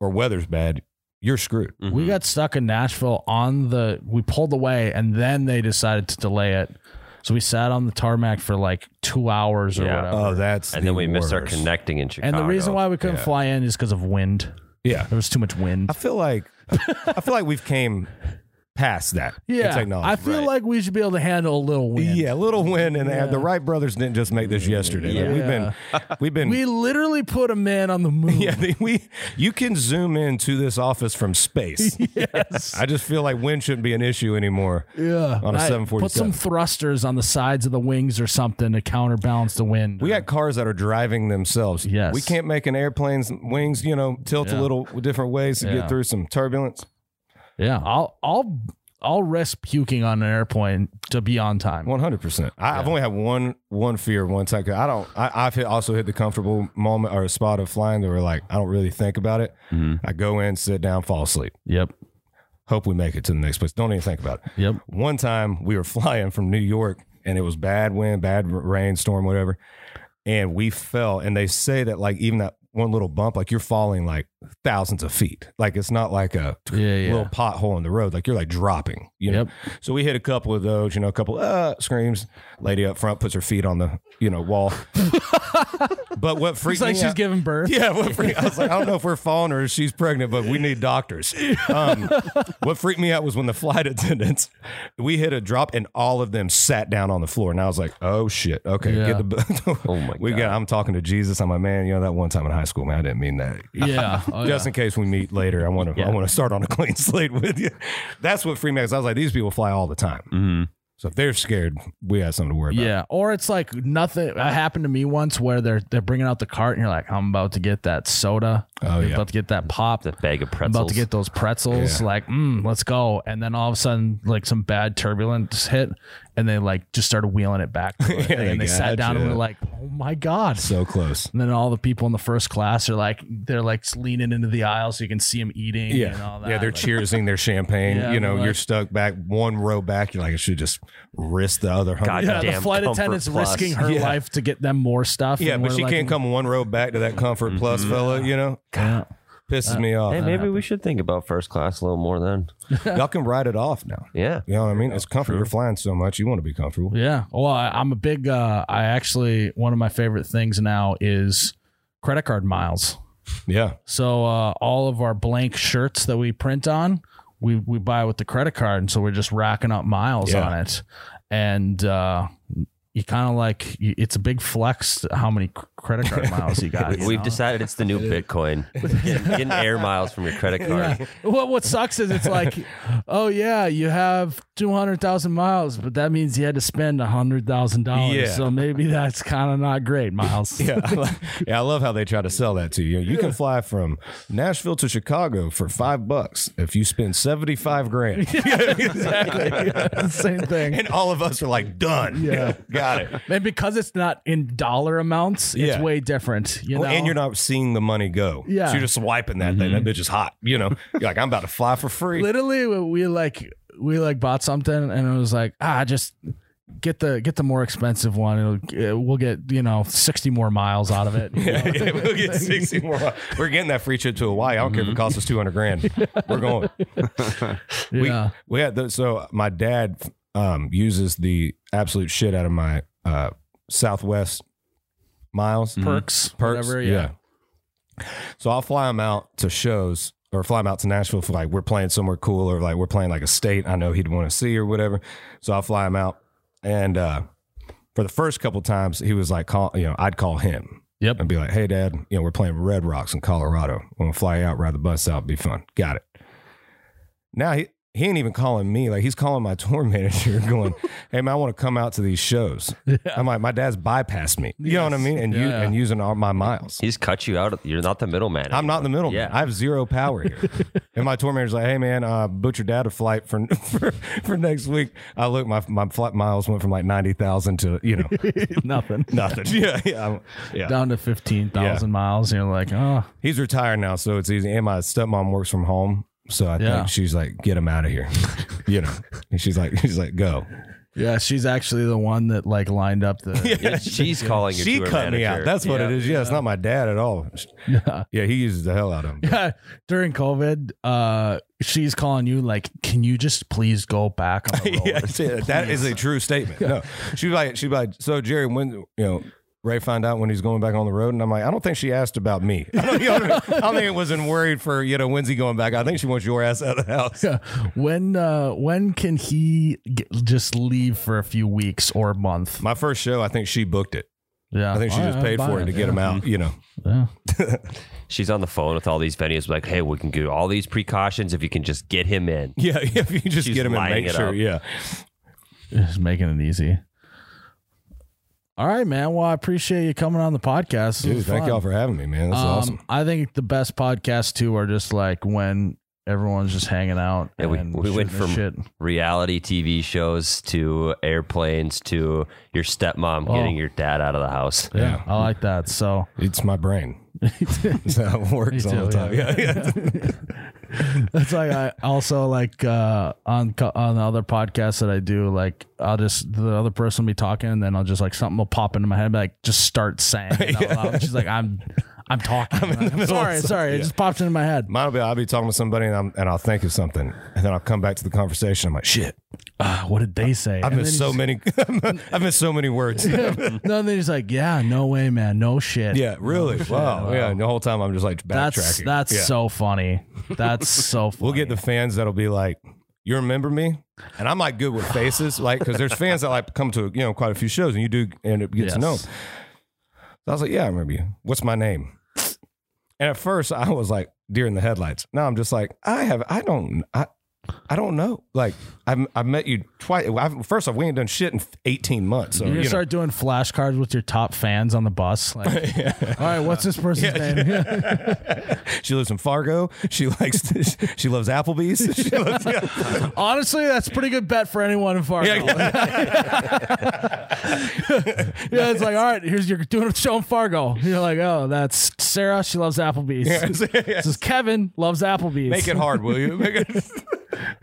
Speaker 4: or weather's bad, you're screwed.
Speaker 5: Mm-hmm.
Speaker 1: We got stuck in Nashville on the. We pulled away and then they decided to delay it. So we sat on the tarmac for like two hours or
Speaker 5: Yeah.
Speaker 1: whatever.
Speaker 4: Oh, that's
Speaker 5: And then
Speaker 4: the
Speaker 5: we missed our
Speaker 4: worst.
Speaker 5: connecting in Chicago.
Speaker 1: And the reason why we couldn't fly in is because of wind.
Speaker 4: Yeah,
Speaker 1: There was too much wind.
Speaker 4: I feel like I feel like we've came past that.
Speaker 1: Yeah,
Speaker 4: in technology.
Speaker 1: I feel like we should be able to handle a little wind.
Speaker 4: yeah, little win, and uh, the Wright brothers didn't just make this yesterday. Like, we've been, we've been,
Speaker 1: We literally put a man on the moon.
Speaker 4: yeah. they- We you can zoom into this office from space.
Speaker 1: Yes.
Speaker 4: I just feel like wind shouldn't be an issue anymore.
Speaker 1: Yeah.
Speaker 4: on a
Speaker 1: I-
Speaker 4: seven forty
Speaker 1: Put some
Speaker 4: seven.
Speaker 1: thrusters on the sides of the wings or something to counterbalance the wind.
Speaker 4: We got cars that are driving themselves.
Speaker 1: Yes.
Speaker 4: we can't make an airplane's wings, you know, tilt a little different ways to
Speaker 1: Yeah.
Speaker 4: get through some turbulence.
Speaker 1: yeah. I'll I'll I'll risk puking on an airplane to be on time.
Speaker 4: One hundred percent. I've only had one one fear one time. 'cause I don't. I, I've hit, also hit the comfortable moment or a spot of flying that were like I don't really think about it. I go in, sit down, fall asleep.
Speaker 1: Yep.
Speaker 4: Hope we make it to the next place. Don't even think about it.
Speaker 1: Yep.
Speaker 4: One time we were flying from New York and it was bad wind, bad r- rain, storm, whatever, and we fell. And they say that like even that one little bump, like you're falling like thousands of feet. Like it's not like a
Speaker 1: Yeah, yeah.
Speaker 4: little pothole in the road. Like you're like dropping. You know?
Speaker 1: Yep.
Speaker 4: So we hit a couple of those, you know, a couple uh screams. Lady up front puts her feet on the, you know, wall. but what freaked
Speaker 1: It's like
Speaker 4: me
Speaker 1: she's
Speaker 4: out-
Speaker 1: giving birth.
Speaker 4: yeah, what freaked, I was like, I don't know if we're falling or if she's pregnant, but we need doctors. Um, what freaked me out was when the flight attendants, we hit a drop and all of them sat down on the floor, and I was like, oh shit, okay,
Speaker 1: Yeah.
Speaker 4: get the. b-
Speaker 5: Oh my
Speaker 4: we got. I'm talking to Jesus. I'm like, man, you know that one time in high school, man, I didn't mean that.
Speaker 1: Yeah. Oh,
Speaker 4: Just in case we meet later, I want to I want to start on a clean slate with you. That's what Freemax. I was like, these people fly all the time. So if they're scared, we have something to worry about.
Speaker 1: Mm-hmm. Yeah, or it's like nothing. It happened to me once where they're they're bringing out the cart and you're like, I'm about to get that soda.
Speaker 4: Oh,
Speaker 1: I'm
Speaker 4: yeah.
Speaker 1: about to get that pop.
Speaker 5: The bag of
Speaker 1: I'm
Speaker 5: pretzels.
Speaker 1: about to get those pretzels.
Speaker 4: Yeah.
Speaker 1: Like, mm, let's go. And then all of a sudden, like some bad turbulence hit, and they like just started wheeling it back. to it.
Speaker 4: Yeah,
Speaker 1: and they sat down and
Speaker 4: gotcha.
Speaker 1: were like, Oh my god.
Speaker 4: So close.
Speaker 1: And then all the people in the first class are like, they're like leaning into the aisle so you can see them eating.
Speaker 4: Yeah.
Speaker 1: and all that.
Speaker 4: Yeah, they're
Speaker 1: Like,
Speaker 4: cheersing their champagne.
Speaker 1: Yeah,
Speaker 4: you know,
Speaker 1: like-
Speaker 4: you're stuck back one row back. You're like, I should just risk the other hundred.
Speaker 5: God
Speaker 1: Yeah, the
Speaker 5: Damn
Speaker 1: flight
Speaker 5: Comfort
Speaker 1: attendant's
Speaker 5: Plus.
Speaker 1: risking her
Speaker 4: Yeah.
Speaker 1: life to get them more stuff.
Speaker 4: Yeah,
Speaker 1: and
Speaker 4: but
Speaker 1: we're
Speaker 4: she
Speaker 1: like, Mm-hmm.
Speaker 4: can't come one row back to that comfort plus fella, you know?
Speaker 1: "Yeah." Uh,
Speaker 4: Pisses me off.
Speaker 5: Hey, maybe we should think about first class a little more then.
Speaker 4: Y'all can write it off now.
Speaker 5: Yeah.
Speaker 4: You know what I mean? It's comfort. You're flying so much. You want to be comfortable.
Speaker 1: Yeah. Well, I, I'm a big. Uh, I actually one of my favorite things now is credit card miles.
Speaker 4: Yeah.
Speaker 1: So uh, all of our blank shirts that we print on, we we buy with the credit card, and so we're just racking up miles
Speaker 4: Yeah.
Speaker 1: on it. And uh, you kind of like you, it's a big flex how many c- credit card miles you got. you
Speaker 5: We've
Speaker 1: know?
Speaker 5: decided it's the new Bitcoin. Getting, getting air miles from your credit card.
Speaker 1: What what sucks is it's like, oh yeah, you have two hundred thousand miles, but that means you had to spend hundred thousand
Speaker 4: Yeah.
Speaker 1: dollars. So maybe that's kind of not great, Miles.
Speaker 4: Yeah. I lo- yeah. I love how they try to sell that to you. You can fly from Nashville to Chicago for five bucks if you spend 75 grand.
Speaker 1: exactly. Same thing.
Speaker 4: And all of us are like, done.
Speaker 1: Yeah.
Speaker 4: Got it.
Speaker 1: And because it's not in dollar amounts, it's
Speaker 4: Yeah.
Speaker 1: way different. You know?
Speaker 4: Well, Oh, and you're not seeing the money go.
Speaker 1: Yeah.
Speaker 4: So you're just swiping that thing. That bitch is hot. You know, you're like, I'm about to fly for free.
Speaker 1: literally we- we like we like bought something and it was like ah just get the get the more expensive one. It'll, uh, we'll get you know sixty more miles out of it.
Speaker 4: Yeah, we'll get 60 more. We're getting that free trip to Hawaii. I don't care if it costs us 200 grand. We're going. We,
Speaker 1: Yeah.
Speaker 4: we had the, so my dad um, uses the absolute shit out of my uh, Southwest miles.
Speaker 1: Perks,
Speaker 4: Perks.
Speaker 1: whatever,
Speaker 4: yeah. So I'll fly them out to shows or fly them out to Nashville for like we're playing somewhere cool or like we're playing like a state I know he'd want to see or whatever. So I'll fly him out. And uh, for the first couple times, he was like, call, you know, I'd call him.
Speaker 1: Yep.
Speaker 4: And be like, hey, dad, you know, we're playing Red Rocks in Colorado. I'm going to fly you out, ride the bus out, be fun. Got it. Now he, he ain't even calling me. Like he's calling my tour manager, going, "Hey man, I want to come out to these shows." I'm like, "My dad's bypassed me." You know what I mean? And you
Speaker 1: Yeah.
Speaker 4: and using all my miles.
Speaker 5: He's cut you out. You're not the middleman.
Speaker 4: I'm not in the middle.
Speaker 5: Yeah.
Speaker 4: I have zero power here. and my tour manager's like, hey, man, uh, booked your dad a flight for, for for next week. I look, my my flight miles went from like 90,000 to, you know,
Speaker 1: nothing.
Speaker 4: nothing. yeah. Yeah. I'm- yeah.
Speaker 1: Down to fifteen thousand miles, and you're like, oh,
Speaker 4: He's retired now, so it's easy. And my stepmom works from home. So I
Speaker 1: Yeah.
Speaker 4: think she's like, get him out of here. you know, and she's like, she's like, go.
Speaker 1: yeah. She's actually the one that like lined up the
Speaker 5: Yeah, she's calling your
Speaker 4: She
Speaker 5: tour
Speaker 4: cut me
Speaker 5: manager.
Speaker 4: out. That's what it is. Yeah, it's not my dad at all. Yeah, he uses the hell out of him.
Speaker 1: during COVID, uh, she's calling you like, can you just please go back on the road?
Speaker 4: yeah, that is a true statement. No, she was like, she was like, so Jerry, when you know, Ray find out when he's going back on the road, and I'm like, I don't think she asked about me. I don't, you know what I mean? I don't think it wasn't worried for you know when's he going back. I think she wants your ass out of the house.
Speaker 1: When uh, when can he get, just leave for a few weeks or a month?
Speaker 4: My first show, I think she booked it.
Speaker 1: Yeah,
Speaker 4: I think she
Speaker 1: All
Speaker 4: just
Speaker 1: right,
Speaker 4: paid
Speaker 1: I'll
Speaker 4: for
Speaker 1: buy
Speaker 4: it to get him out. You know,
Speaker 1: Yeah.
Speaker 5: She's on the phone with all these venues, like, hey, we can do all these precautions if you can just get him in.
Speaker 4: yeah. If you just
Speaker 5: She's
Speaker 4: get him and
Speaker 5: lining
Speaker 4: make
Speaker 5: it
Speaker 4: sure,
Speaker 5: up.
Speaker 4: yeah.
Speaker 1: Just making it easy. All right, man. Well, I appreciate you coming on the podcast. This
Speaker 4: Dude,
Speaker 1: was
Speaker 4: thank
Speaker 1: fun.
Speaker 4: y'all for having me, man. That's
Speaker 1: Um,
Speaker 4: awesome.
Speaker 1: I think the best podcasts too are just like when everyone's just hanging out.
Speaker 5: Yeah, we-
Speaker 1: and
Speaker 5: we went
Speaker 1: shooting the
Speaker 5: from-
Speaker 1: shit.
Speaker 5: Reality TV shows to airplanes to your stepmom
Speaker 1: Oh.
Speaker 5: getting your dad out of the house.
Speaker 1: Yeah, I like that. So
Speaker 4: It's my brain. That's how it works
Speaker 1: Me
Speaker 4: all the
Speaker 1: too,
Speaker 4: time.
Speaker 1: yeah.
Speaker 4: Yeah, yeah.
Speaker 1: That's like I also like uh, on co- on the other podcasts that I do. Like I'll just the other person will be talking, and then I'll just like something will pop into my head, and be like just start saying. It out loud. She's like, I'm I'm talking. I'm, like, "I'm sorry, sorry. It just popped into my head.
Speaker 4: Mine'll be I'll be talking to somebody and, I'm, and I'll think of something and then I'll come back to the conversation. I'm like, shit,
Speaker 1: Ah, what did they say?
Speaker 4: I've
Speaker 1: And
Speaker 4: missed
Speaker 1: then
Speaker 4: so many. I've missed so many words.
Speaker 1: he's- No, and then he's like, yeah, no way, man, no shit.
Speaker 4: yeah, really. wow. Yeah. And the whole time I'm just like backtracking.
Speaker 1: that's that's
Speaker 4: Yeah.
Speaker 1: so funny. That's so. funny.
Speaker 4: We'll get the fans that'll be like, "You remember me?" And I'm like good with faces, like because there's fans that like come to you know quite a few shows, and you do end up get
Speaker 1: Yes.
Speaker 4: to know. 'em. So I was like, "Yeah, I remember you. What's my name?" And at first, I was like deer in the headlights. Now I'm just like, I have, I don't, I, I don't know. Like I've, I've met you twice. I've, first off, we ain't done shit in 18 months. So
Speaker 1: You're
Speaker 4: you
Speaker 1: gonna
Speaker 4: know.
Speaker 1: start doing flashcards with your top fans on the bus. Like, all right, what's this person's name?
Speaker 4: she lives in Fargo. She likes, she loves Applebee's. She loves, yeah.
Speaker 1: Honestly, that's a pretty good bet for anyone in Fargo. Yeah, it's like, all right, here's you're doing a show in Fargo. You're like, oh, that's Sarah. She loves Applebee's. This is Kevin loves Applebee's.
Speaker 4: Make it hard, will you? Make it.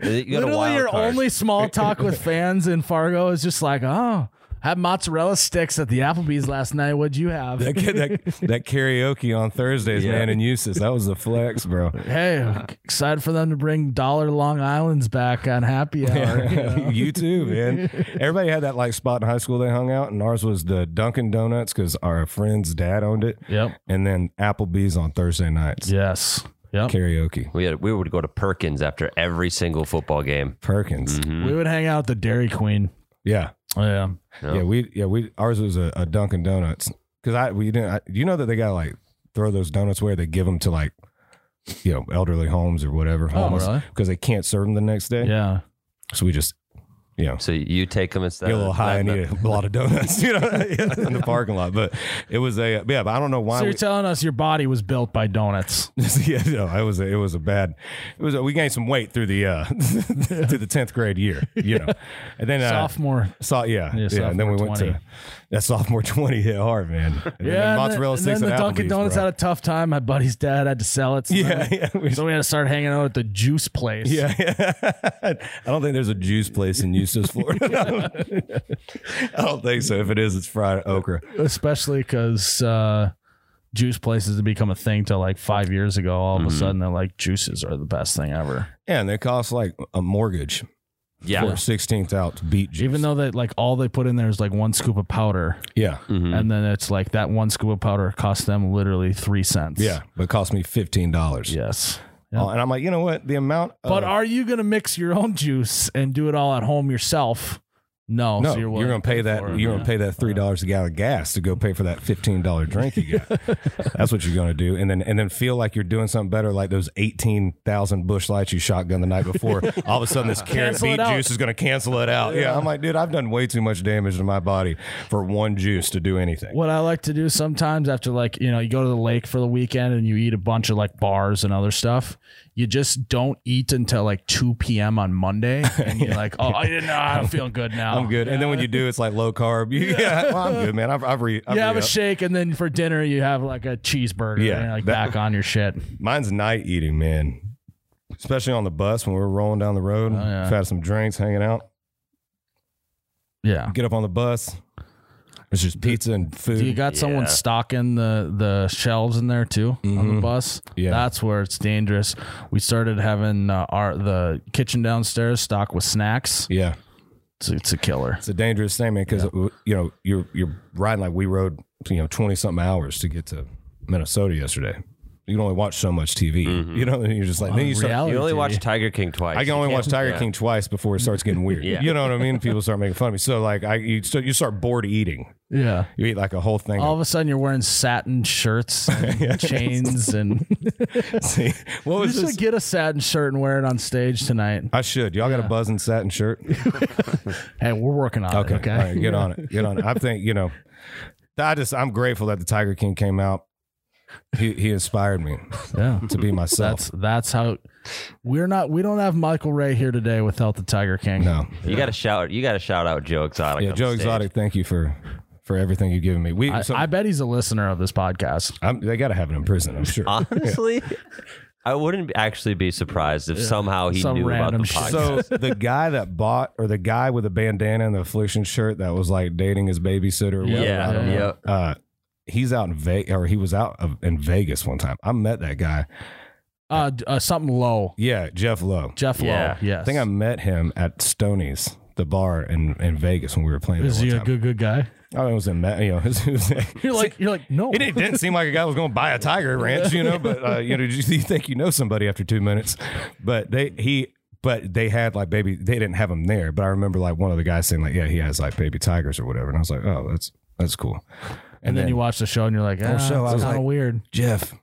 Speaker 5: You got a
Speaker 1: Literally,
Speaker 5: wild
Speaker 1: your
Speaker 5: card.
Speaker 1: only small talk with fans in Fargo is just like, oh, had mozzarella sticks at the Applebee's last night. What'd you have?
Speaker 4: that, kid- that, that karaoke on Thursdays, man, in Eustace. That was the flex, bro.
Speaker 1: Hey, excited for them to bring Dollar Long Island's back on Happy Hour.
Speaker 4: you too, man. Everybody had that like spot in high school they hung out, and ours was the Dunkin' Donuts because our friend's dad owned it.
Speaker 1: Yep.
Speaker 4: And then Applebee's on Thursday nights.
Speaker 1: Yes. Yep.
Speaker 4: Karaoke.
Speaker 5: We, had, we would go to Perkins after every single football game. Mm-hmm.
Speaker 4: Perkins.
Speaker 1: We would hang out at the Dairy Queen.
Speaker 4: Yeah.
Speaker 1: Oh, Yeah.
Speaker 4: Yeah. We yeah, we ours was a, a Dunkin' Donuts. Cause I we didn't I, you know that they gotta like throw those donuts away, they give them to like you know, elderly homes or whatever, homeless,
Speaker 1: Oh, really?
Speaker 4: because they can't serve them the next day.
Speaker 1: Yeah.
Speaker 4: So we just, you know,
Speaker 5: So you take them instead.
Speaker 4: get a little
Speaker 5: of-
Speaker 4: high and eat a lot of donuts, you know, in the parking lot. But it was a yeah. But I don't know why.
Speaker 1: So
Speaker 4: we,
Speaker 1: you're telling us your body was built by donuts.
Speaker 4: yeah, no, it was a, it was a bad. It was a, we gained some weight through the uh through the tenth grade year, you know, and then uh,
Speaker 1: Sophomore.
Speaker 4: saw- yeah,
Speaker 1: Yeah,
Speaker 4: yeah, and then we
Speaker 1: sophomore
Speaker 4: went
Speaker 1: 20.
Speaker 4: to that sophomore twenty hit hard, man. And then the
Speaker 1: and
Speaker 4: mozzarella
Speaker 1: then,
Speaker 4: sticks
Speaker 1: and then
Speaker 4: at
Speaker 1: the Dunkin'
Speaker 4: Applebee's,
Speaker 1: Donuts
Speaker 4: bro.
Speaker 1: had a tough time. My buddy's dad had to sell it. So
Speaker 4: yeah,
Speaker 1: then-
Speaker 4: yeah, we-
Speaker 1: So we had to start hanging out at the juice place.
Speaker 4: yeah, yeah. I don't think there's a juice place in Eustis, Florida. I don't think so. If it is, it's fried okra.
Speaker 1: Especially because uh, juice places had become a thing till like five years ago. All
Speaker 4: Mm-hmm.
Speaker 1: of a sudden, they're like, juices are the best thing ever.
Speaker 4: Yeah, and they cost like a mortgage
Speaker 5: Yeah.
Speaker 4: for sixteenth out to beat juice.
Speaker 1: Even though that like all they put in there is like one scoop of powder,
Speaker 4: yeah,
Speaker 1: and then it's like that one scoop of powder cost them literally three cents.
Speaker 4: yeah, but it cost me fifteen dollars.
Speaker 1: Yes.
Speaker 4: Oh, and I'm like, you know what? The amount,
Speaker 1: But
Speaker 4: of,
Speaker 1: are you going to mix your own juice and do it all at home yourself? No.
Speaker 4: no,
Speaker 1: Oh, so
Speaker 4: you're,
Speaker 1: willing
Speaker 4: gonna
Speaker 1: to
Speaker 4: pay that.
Speaker 1: for it,
Speaker 4: You're
Speaker 1: yeah.
Speaker 4: gonna pay that three dollars a gallon gas to go pay for that fifteen dollar drink you got. That's what you're gonna do, and then and then feel like you're doing something better, like those eighteen thousand bush lights you shotgun the night before. All of a sudden, this carrot
Speaker 1: Cancel it
Speaker 4: beet
Speaker 1: out.
Speaker 4: juice is gonna cancel it out. Yeah. I'm like, dude, I've done way too much damage to my body for one juice to do anything.
Speaker 1: What I like to do sometimes after like, you know, you go to the lake for the weekend and you eat a bunch of like bars and other stuff, you just don't eat until like 2 p.m. on Monday. And you're like, oh, I didn't know. I'm feeling good now.
Speaker 4: I'm good, and then when you do, it's like low carb. You- yeah, well, I'm good, man. I've, I've, re, I've
Speaker 1: You have a
Speaker 4: re-upped.
Speaker 1: shake, and then for dinner you have like a cheeseburger.
Speaker 4: Yeah,
Speaker 1: and you're, like
Speaker 4: that-
Speaker 1: back on your shit.
Speaker 4: Mine's night eating, man. Especially on the bus when we're rolling down the road.
Speaker 1: Oh, yeah.
Speaker 4: We've had some drinks, hanging out.
Speaker 1: Yeah.
Speaker 4: Get up on the bus. It's just pizza and food.
Speaker 1: Do you got someone
Speaker 5: Yeah.
Speaker 1: stocking the the shelves in there too on the bus?
Speaker 4: Mm-hmm. Yeah.
Speaker 1: that's where it's dangerous. We started having uh, our the kitchen downstairs stocked with snacks.
Speaker 4: yeah.
Speaker 1: It's, it's a killer.
Speaker 4: It's a dangerous thing, man, because you know, you're you're riding like we rode you know twenty something hours to get to Minnesota yesterday. You can only watch so much TV.
Speaker 5: Mm-hmm.
Speaker 4: You know, and you're just like then you start,
Speaker 1: reality
Speaker 5: You only
Speaker 1: TV.
Speaker 5: watch Tiger King twice.
Speaker 4: I can only
Speaker 5: You
Speaker 4: watch
Speaker 5: can't-
Speaker 4: Tiger
Speaker 5: yeah.
Speaker 4: King twice before it starts getting weird.
Speaker 5: Yeah.
Speaker 4: You know what I mean? People start making fun of me. So like I you so you start bored eating.
Speaker 1: Yeah.
Speaker 4: You eat like a whole thing.
Speaker 1: All
Speaker 4: of
Speaker 1: of a sudden, you're wearing satin shirts, and chains, and
Speaker 4: See, what
Speaker 1: Um, you
Speaker 4: was
Speaker 1: should
Speaker 4: this?
Speaker 1: get a satin shirt and wear it on stage tonight.
Speaker 4: I should. Y'all got a buzzing satin shirt?
Speaker 1: Hey, we're working on
Speaker 4: Okay.
Speaker 1: it. Okay.
Speaker 4: All right, get on it. Get on it. I think, you know, I just I'm grateful that the Tiger King came out. He he inspired me
Speaker 1: Yeah.
Speaker 4: to be myself.
Speaker 1: That's that's how we're not. We don't have Michael Ray here today without the Tiger King.
Speaker 4: no.
Speaker 5: You got to shout. You got to shout out Joe Exotic.
Speaker 4: Yeah,
Speaker 5: on
Speaker 4: Joe
Speaker 5: stage.
Speaker 4: Exotic, thank you for for everything you've given me. We
Speaker 1: I,
Speaker 4: so
Speaker 1: I bet he's a listener of this podcast.
Speaker 4: I'm, they got to have him in prison, I'm
Speaker 5: Ah,
Speaker 4: sure.
Speaker 5: Honestly, I wouldn't actually be surprised if somehow he
Speaker 1: Some
Speaker 5: knew about the
Speaker 1: random shit.
Speaker 5: podcast.
Speaker 4: So the guy that bought, or the guy with the bandana and the affliction shirt that was like dating his babysitter, or whatever, I
Speaker 5: yeah,
Speaker 4: don't know.
Speaker 5: yeah.
Speaker 4: Uh, he's out in Vegas, or he was out of, in Vegas one time. I met that guy.
Speaker 1: Uh, d- uh something low.
Speaker 4: Yeah, Jeff Lowe.
Speaker 1: Jeff
Speaker 5: Yeah.
Speaker 1: Lowe. Yes.
Speaker 4: I think I met him at Stoney's, the bar in, in Vegas when we were playing.
Speaker 1: Is
Speaker 4: there
Speaker 1: he
Speaker 4: one
Speaker 1: a
Speaker 4: time.
Speaker 1: good good guy?
Speaker 4: I mean, it was in, Ma- you know, it was, it was-
Speaker 1: You're like you're like no.
Speaker 4: it didn't- didn't seem like a guy was going to buy a tiger ranch, you know. But uh, you know, you, you think you know somebody after two minutes, but they he. But they had like baby, they didn't have him there. But I remember like one of the guys saying like, "Yeah, he has like baby tigers or whatever," and I was like, "Oh, that's that's cool."
Speaker 1: And then you watch the show and you're like, ah,
Speaker 4: show, I
Speaker 1: it's
Speaker 4: was
Speaker 1: kind of
Speaker 4: like-
Speaker 1: weird.
Speaker 4: Jeff,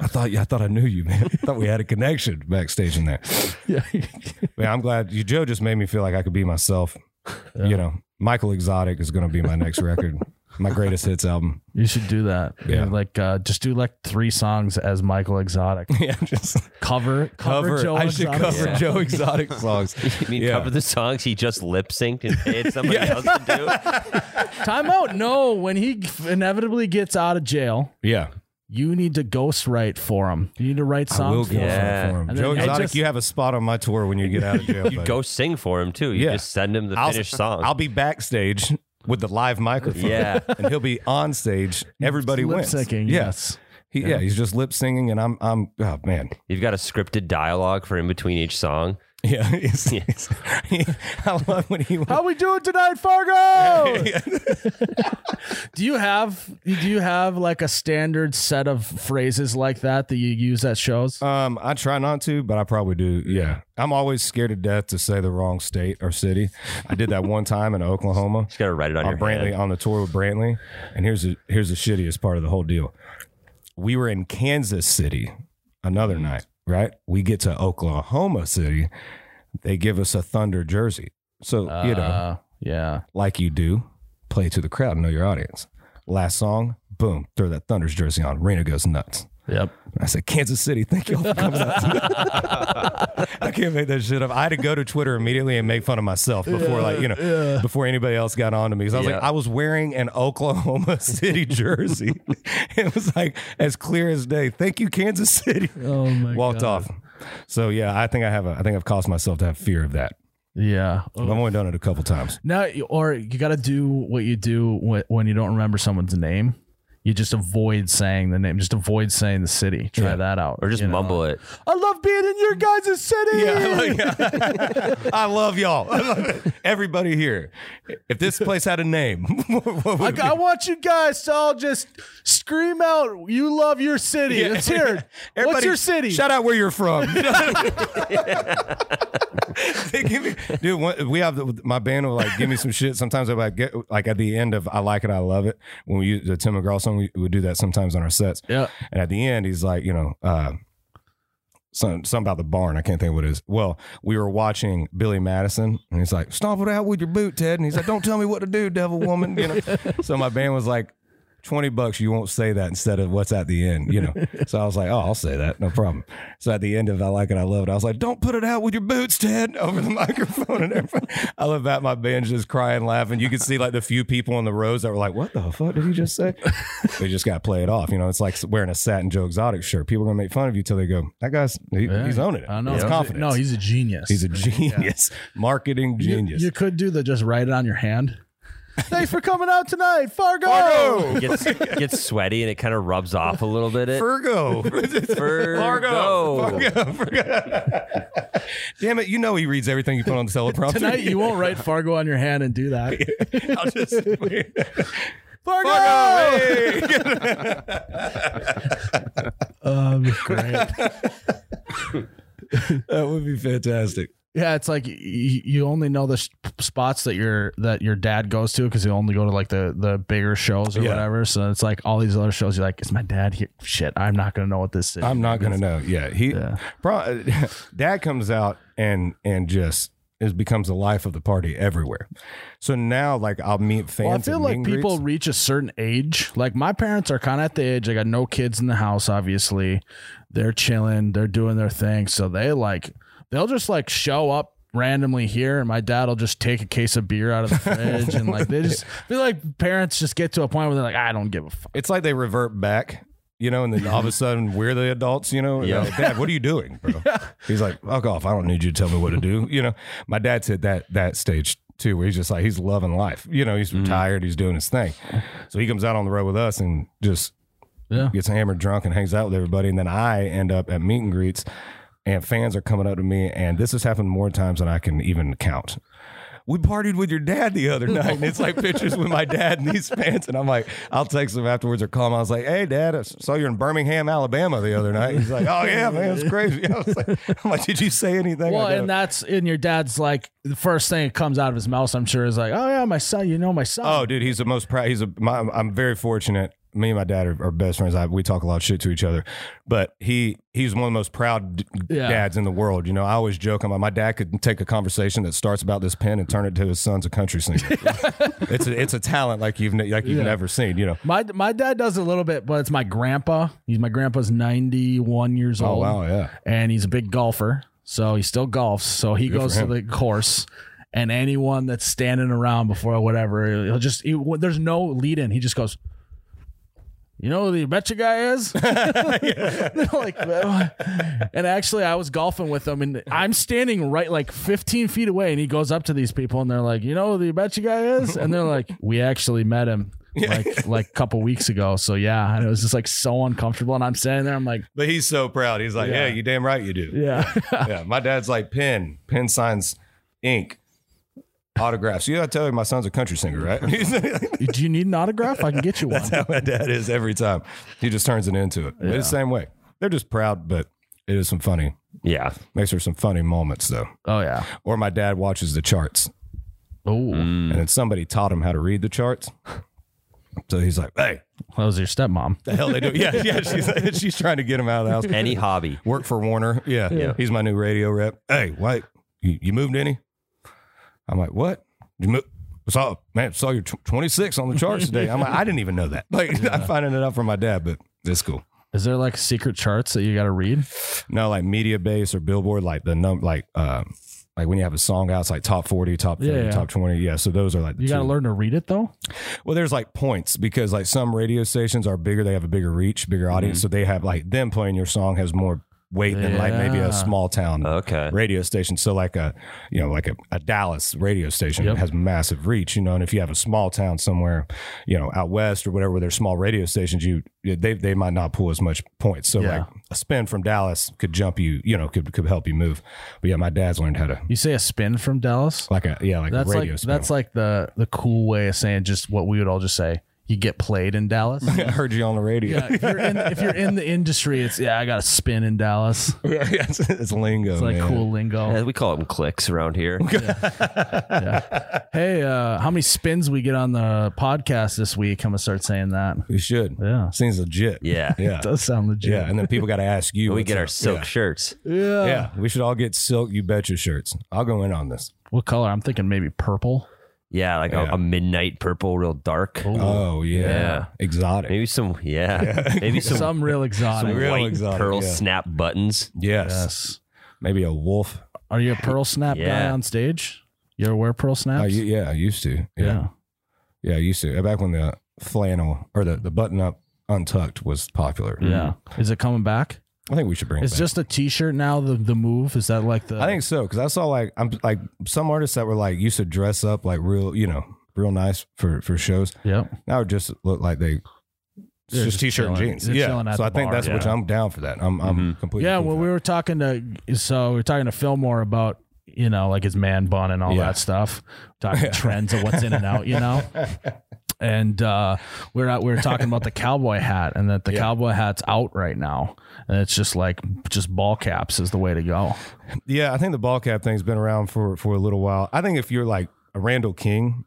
Speaker 4: I thought I thought I knew you, man. I thought we had a connection backstage in there.
Speaker 1: Yeah.
Speaker 4: Man, I'm glad you, Joe just made me feel like I could be myself. You know, Michael Exotic is going to be my next record, my greatest hits album.
Speaker 1: you should do that.
Speaker 4: Yeah.
Speaker 1: Like uh, just do like three songs as Michael Exotic.
Speaker 4: Yeah, just
Speaker 1: cover cover,
Speaker 4: cover.
Speaker 1: Joe
Speaker 4: I should
Speaker 1: Exotic.
Speaker 4: cover
Speaker 1: Yeah.
Speaker 4: Joe Exotic songs.
Speaker 5: I mean,
Speaker 4: Yeah.
Speaker 5: cover the songs he just lip synced and paid somebody else to do.
Speaker 1: Time out. No, when he inevitably gets out of jail,
Speaker 4: Yeah,
Speaker 1: you need to ghostwrite for him. You need to write
Speaker 4: I will
Speaker 1: songs
Speaker 4: go
Speaker 1: for him.
Speaker 5: Yeah.
Speaker 4: for him.
Speaker 1: And
Speaker 4: Joe
Speaker 1: then I
Speaker 4: Exotic,
Speaker 1: just-
Speaker 4: you have a spot on my tour when you get out of jail.
Speaker 5: You
Speaker 4: buddy.
Speaker 5: go sing for him too. You
Speaker 4: Yeah.
Speaker 5: just send him the
Speaker 4: I'll-
Speaker 5: finished song.
Speaker 4: I'll be backstage with the live microphone.
Speaker 5: Yeah.
Speaker 4: and he'll be on stage. Everybody
Speaker 1: Lip
Speaker 4: wins.
Speaker 1: syncing.
Speaker 4: Yeah.
Speaker 1: Yes.
Speaker 4: He, yeah. he's just lip singing, and I'm, I'm, oh man,
Speaker 5: You've got a scripted dialogue for in between each song.
Speaker 4: yeah. He's- I love when he.
Speaker 1: How we doing tonight, Fargo? do you have do you have like a standard set of phrases like that that you use at
Speaker 5: Uh,
Speaker 1: shows?
Speaker 4: Um, I try not to, but I probably do. Yeah, I'm always scared to death to say the wrong state or city. I did that one time in Oklahoma
Speaker 5: You got to write it on
Speaker 4: on
Speaker 5: your
Speaker 4: Brantley
Speaker 5: hand.
Speaker 4: on the tour with Brantley, and here's the here's the shittiest part of the whole deal. We were in Kansas City another night, right? We get to Oklahoma City, they give us a Thunder jersey, so you know,
Speaker 1: Uh, yeah.
Speaker 4: like you do, play to the crowd, know your audience. Last song, boom, throw that Thunder's jersey on. Rena goes nuts.
Speaker 1: Yep.
Speaker 4: I said, Kansas City, thank y'all for coming out. I can't make that shit up. I had to go to Twitter immediately and make fun of myself before, like, you know, before anybody else got on to me. Because I was like,
Speaker 5: Yeah.
Speaker 4: I was wearing an Oklahoma City jersey. it was like as clear as day. Thank you, Kansas City.
Speaker 1: Oh my
Speaker 4: Walked off. So yeah, I think I have a I think I've caused myself to have fear of that.
Speaker 1: Yeah.
Speaker 4: I've only done it a couple times.
Speaker 1: No, you- or you got to do what you do wh- when you don't remember someone's name. You just avoid saying the name. Just avoid saying the city. Try that out,
Speaker 5: Or just
Speaker 1: you know?
Speaker 5: mumble it.
Speaker 1: I love being in your guys' city.
Speaker 4: I love y'all. I love everybody here. If this place had a name, what would
Speaker 1: I,
Speaker 4: it be?
Speaker 1: I want you guys to all just scream out, "You love your city."
Speaker 4: Yeah.
Speaker 1: Let's hear it. What's
Speaker 4: Everybody,
Speaker 1: your city?
Speaker 4: Shout out where you're from. They give me- dude, one- we have the, my band will like give me some shit. Sometimes they're like, get, like at the end of "I Like It, I Love It" when we use the Tim McGraw song, we would do that sometimes on our sets.
Speaker 1: Yeah.
Speaker 4: And at the end, he's like, you know, uh, some something about the barn. I can't think of what it is. Well, we were watching Billy Madison, and he's like, "Stomp it out with your boot, Ted." And he's like, "Don't tell me what to do, devil woman." You know. so my band was like, 20 bucks, you won't say that instead of what's at the end, you know. so I was like, oh, I'll say that, no problem. So at the end of I Like It, I Love It, I was like, don't put it out with your boots, Ted, over the microphone and everything. I love that. My band's just crying, laughing. You could see like the few people on the rows that were like, what the fuck did he just say? they just got to play it off. You know, it's like wearing a satin Joe Exotic shirt. People are going to make fun of you till they go, that guy's, he, he's owning it.
Speaker 1: I know.
Speaker 4: He's
Speaker 1: He's a-
Speaker 4: confident.
Speaker 1: No, he's a genius.
Speaker 4: He's a genius, marketing
Speaker 1: You-
Speaker 4: genius.
Speaker 1: You, could do the just write it on your hand. Thanks for coming out tonight, Fargo.
Speaker 5: Gets gets sweaty and it kind of rubs off a little bit. It
Speaker 4: Virgo.
Speaker 5: Fargo.
Speaker 4: Fargo. Fargo. Damn it. You know he reads everything you put on the teleprompter.
Speaker 1: Tonight you won't write Fargo on your hand and do that.
Speaker 4: I'll just. Fargo!
Speaker 1: Um, great.
Speaker 4: that would be fantastic.
Speaker 1: Yeah, it's like y- y- you only know the sh- spots that your that your dad goes to because you only go to like the the bigger shows or
Speaker 4: Yeah.
Speaker 1: whatever. So it's like all these other shows. You're like, is my dad here? Shit, I'm not gonna know what this is.
Speaker 4: I'm not gonna know. Yeah, he
Speaker 1: Yeah.
Speaker 4: Pro, dad comes out and and just it becomes the life of the party everywhere. So now, like, I'll meet fans.
Speaker 1: Well, I feel
Speaker 4: at meet
Speaker 1: like
Speaker 4: and
Speaker 1: people
Speaker 4: greets.
Speaker 1: reach a certain age. Like my parents are kind of at the age. I got no kids in the house. Obviously, they're chilling. They're doing their thing. So they like they'll just like show up randomly here, and my dad will just take a case of beer out of the fridge, and like they just I feel like parents just get to a point where they're like, I don't give a fuck.
Speaker 4: it's like they revert back, you know, and then all of a sudden we're the adults, you know. Yeah. dad, what are you doing, bro? He's like, fuck off. I don't need you to tell me what to do. You know, my dad's at that that stage too, where he's just like he's loving life. You know, he's retired, he's doing his thing. So he comes out on the road with us and just
Speaker 1: Yeah.
Speaker 4: gets hammered drunk and hangs out with everybody. And then I end up at meet and greets and fans are coming up to me and this has happened more times than I can even count. We partied with your dad the other night, and it's like pictures with my dad and these fans. And I'm like, I'll text him afterwards or call him. I was like, "Hey, Dad, I saw you're in Birmingham, Alabama the other night." He's like, "Oh yeah, man, it's crazy." I was like, "I'm like, did you say anything?"
Speaker 1: Well,
Speaker 4: I don't-
Speaker 1: and that's in your dad's like the first thing that comes out of his mouth. I'm sure is like, oh yeah, my son. You know my son.
Speaker 4: Oh, dude, he's the most proud. He's a. My, I'm very fortunate. Me and my dad are, are best friends. I, we talk a lot of shit to each other, but he he's one of the most proud d-
Speaker 1: Yeah.
Speaker 4: dads in the world. You know, I always joke. I'm like, my dad could take a conversation that starts about this pen and turn it to his son's a country singer. it's a, it's a talent like you've ne- like you've never seen. You know.
Speaker 1: My my dad does a little bit, but it's my grandpa. He's my grandpa's 91 years
Speaker 4: Oh
Speaker 1: old.
Speaker 4: wow, yeah.
Speaker 1: and he's a big golfer, so he still golfs. So he goes
Speaker 4: for
Speaker 1: to the course, and anyone that's standing around before whatever, he'll just he, w- there's no lead in. He just goes, "You know who the betcha guy is?" They're like, "Well," and actually, I was golfing with him, and I'm standing right like 15 feet away, and he goes up to these people, and they're like, "You know who the betcha guy is?" And they're like, "We actually met him." like like a couple weeks ago so yeah and it was just like so uncomfortable and i'm standing there i'm like
Speaker 4: But he's so proud. He's like, yeah, you damn right you do.
Speaker 1: yeah
Speaker 4: yeah, my dad's like pen, pen signs, ink, autographs. You know, I tell you, my son's a country singer, right?
Speaker 1: Do you need an autograph? I can get you one.
Speaker 4: That's how my dad is every time. He just turns it into it. It's the same way. They're just proud, but it is some funny.
Speaker 5: Yeah.
Speaker 4: Makes for some funny moments though.
Speaker 1: Oh yeah.
Speaker 4: Or my dad watches the charts,
Speaker 1: Oh,
Speaker 4: and then somebody taught him how to read the charts. So he's like, "Hey,
Speaker 1: that was your stepmom.
Speaker 4: the hell they do?" Yeah, yeah. She's she's trying to get him out of the house.
Speaker 5: Any hobby.
Speaker 4: Work for Warner. Yeah.
Speaker 5: Yeah.
Speaker 4: He's my new radio rep. Hey, wait, you, you moved any? I'm like, what? You moved? Saw man, saw your tw- 26 on the charts today. I'm like, I didn't even know that. Like, I'm finding it out from my dad, but it's cool.
Speaker 1: Is there like secret charts that you got to read?
Speaker 4: No, like media base or billboard, like the num, like um, like when you have a song out, it's like top forty, top thirty,
Speaker 1: Yeah, yeah.
Speaker 4: top twenty. Yeah, so those are like the
Speaker 1: You got to
Speaker 4: two.
Speaker 1: learn to read it though.
Speaker 4: Well, there's like points because like some radio stations are bigger, they have a bigger reach, bigger audience,
Speaker 1: Mm-hmm.
Speaker 4: so they have like them playing your song has more weight than like maybe
Speaker 1: Yeah.
Speaker 4: a small town
Speaker 5: Okay.
Speaker 4: radio station. So like a you know like a, a Dallas radio station
Speaker 1: Yep.
Speaker 4: has massive reach, you know. And if you have a small town somewhere, you know, out west or whatever, where there's small radio stations, you they they might not pull as much points. So
Speaker 1: Yeah.
Speaker 4: like a spin from Dallas could jump you, you know, could could help you move. But yeah, my dad's learned how to
Speaker 1: You say a spin from Dallas.
Speaker 4: like a yeah like
Speaker 1: That's
Speaker 4: a radio
Speaker 1: like
Speaker 4: spin.
Speaker 1: that's like the the cool way of saying just what we would all just say. You get played in Dallas.
Speaker 4: I heard you on the radio.
Speaker 1: yeah, if you're in if you're in the industry, it's yeah. I got a spin in Dallas. It's
Speaker 4: Yeah, it's, it's lingo.
Speaker 1: like
Speaker 4: man.
Speaker 1: cool lingo.
Speaker 5: Yeah, we call them clicks around here.
Speaker 1: Hey, uh, how many spins we get on the podcast this week? I'm gonna start saying that.
Speaker 4: We should.
Speaker 1: Yeah.
Speaker 4: Seems legit.
Speaker 5: Yeah.
Speaker 4: Yeah.
Speaker 1: It does sound legit.
Speaker 4: Yeah. And then people got to ask you.
Speaker 5: We
Speaker 4: what's
Speaker 5: get our
Speaker 4: up.
Speaker 5: silk shirts.
Speaker 4: Yeah. Yeah. We should all get silk. You betcha shirts. I'll go in on this.
Speaker 1: What color? I'm thinking maybe purple.
Speaker 5: Yeah, like
Speaker 4: Yeah.
Speaker 5: A, a midnight purple, real dark.
Speaker 4: Oh yeah.
Speaker 5: Yeah.
Speaker 4: Exotic.
Speaker 5: Maybe some, yeah. Maybe some,
Speaker 1: Some real
Speaker 5: some
Speaker 1: exotic.
Speaker 4: real
Speaker 5: white
Speaker 4: exotic,
Speaker 5: pearl
Speaker 4: yeah.
Speaker 5: snap buttons.
Speaker 4: Yes.
Speaker 1: Yes.
Speaker 4: Maybe a wolf.
Speaker 1: Are you a pearl snap guy
Speaker 5: Yeah.
Speaker 1: on stage? You ever wear pearl snaps?
Speaker 4: Oh, you, yeah. I used to. Yeah.
Speaker 1: yeah.
Speaker 4: yeah. I used to. Back when the flannel or the, the button up untucked was popular.
Speaker 1: Yeah. Is it coming back?
Speaker 4: I think we should bring
Speaker 1: It's
Speaker 4: it Mm-hmm. back.
Speaker 1: just a t-shirt now. The the move is that like the
Speaker 4: I think so because I saw like I'm like some artists that were like used to dress up like real you know real nice for for shows
Speaker 1: Yep.
Speaker 4: Now it just look like they it's
Speaker 1: They're
Speaker 4: just,
Speaker 1: just
Speaker 4: t-shirt
Speaker 1: chilling.
Speaker 4: and jeans.
Speaker 1: They're
Speaker 4: Yeah.
Speaker 1: chilling at
Speaker 4: So
Speaker 1: the
Speaker 4: I think
Speaker 1: bar,
Speaker 4: that's which
Speaker 1: yeah. Mm-hmm.
Speaker 4: I'm down for that. I'm I'm completely
Speaker 1: Yeah.
Speaker 4: cool
Speaker 1: When
Speaker 4: for
Speaker 1: we
Speaker 4: that.
Speaker 1: were talking to so we were talking to Fillmore about you know like his man bun and all
Speaker 4: Yeah.
Speaker 1: that stuff. Talking trends of what's in and out. You know. and uh, we we're out, we were talking about the cowboy hat, and that the cowboy hat's out right now, and it's just like just ball caps is the way to go.
Speaker 4: Yeah, I think the ball cap thing's been around for for a little while. I think if you're like a Randall King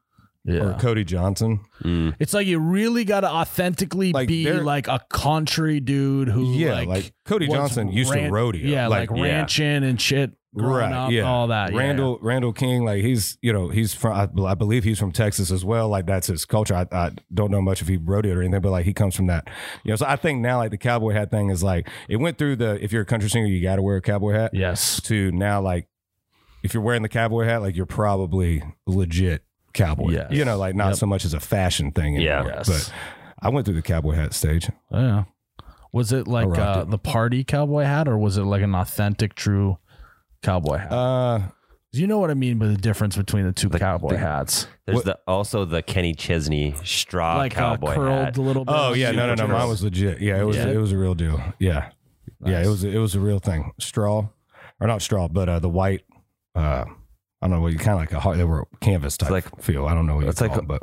Speaker 4: or
Speaker 1: Yeah,
Speaker 4: Cody Johnson,
Speaker 5: Mm.
Speaker 1: it's like you really got to authentically
Speaker 4: Like,
Speaker 1: be
Speaker 4: they're-
Speaker 1: like a country dude who
Speaker 4: yeah,
Speaker 1: like,
Speaker 4: like, Cody
Speaker 1: was
Speaker 4: Johnson used to
Speaker 1: ran-
Speaker 4: rodeo,
Speaker 1: yeah, like,
Speaker 5: yeah.
Speaker 1: ranching and shit, growing up, all that. yeah.
Speaker 4: Randall Randall King, like he's you know he's from I, I believe he's from Texas as well. Like that's his culture. I, I don't know much if he rodeoed or anything, but like he comes from that. You know, so I think now like the cowboy hat thing is like it went through the if you're a country singer you got to wear a cowboy hat
Speaker 1: yes,
Speaker 4: to now like if you're wearing the cowboy hat like you're probably legit cowboy.
Speaker 1: Yes.
Speaker 4: You know, like not
Speaker 1: Yep.
Speaker 4: so much as a fashion thing.
Speaker 5: Yeah.
Speaker 4: anymore.
Speaker 1: Yes.
Speaker 4: But I went through the cowboy hat stage.
Speaker 1: yeah. Was it like
Speaker 4: rocked
Speaker 1: uh,
Speaker 4: it.
Speaker 1: the party cowboy hat, or was it like an authentic, true cowboy hat?
Speaker 4: Uh,
Speaker 1: You know what I mean by the difference between the two cowboy hats,
Speaker 5: There's
Speaker 4: What-
Speaker 5: the also the Kenny Chesney straw
Speaker 1: like
Speaker 5: Ah, cowboy
Speaker 1: a curled
Speaker 5: hat.
Speaker 1: little. Bit
Speaker 4: Oh yeah, no, no, no. Mine was legit. Yeah, it was
Speaker 1: Yeah.
Speaker 4: it was a real deal. Yeah, yeah, it was it was a real thing. Straw, or not straw, but uh, the white. Uh, I don't know. You kind of like a hard. They were canvas type
Speaker 5: like-
Speaker 4: feel. I don't know what you
Speaker 5: It's
Speaker 4: call
Speaker 5: like
Speaker 4: them, but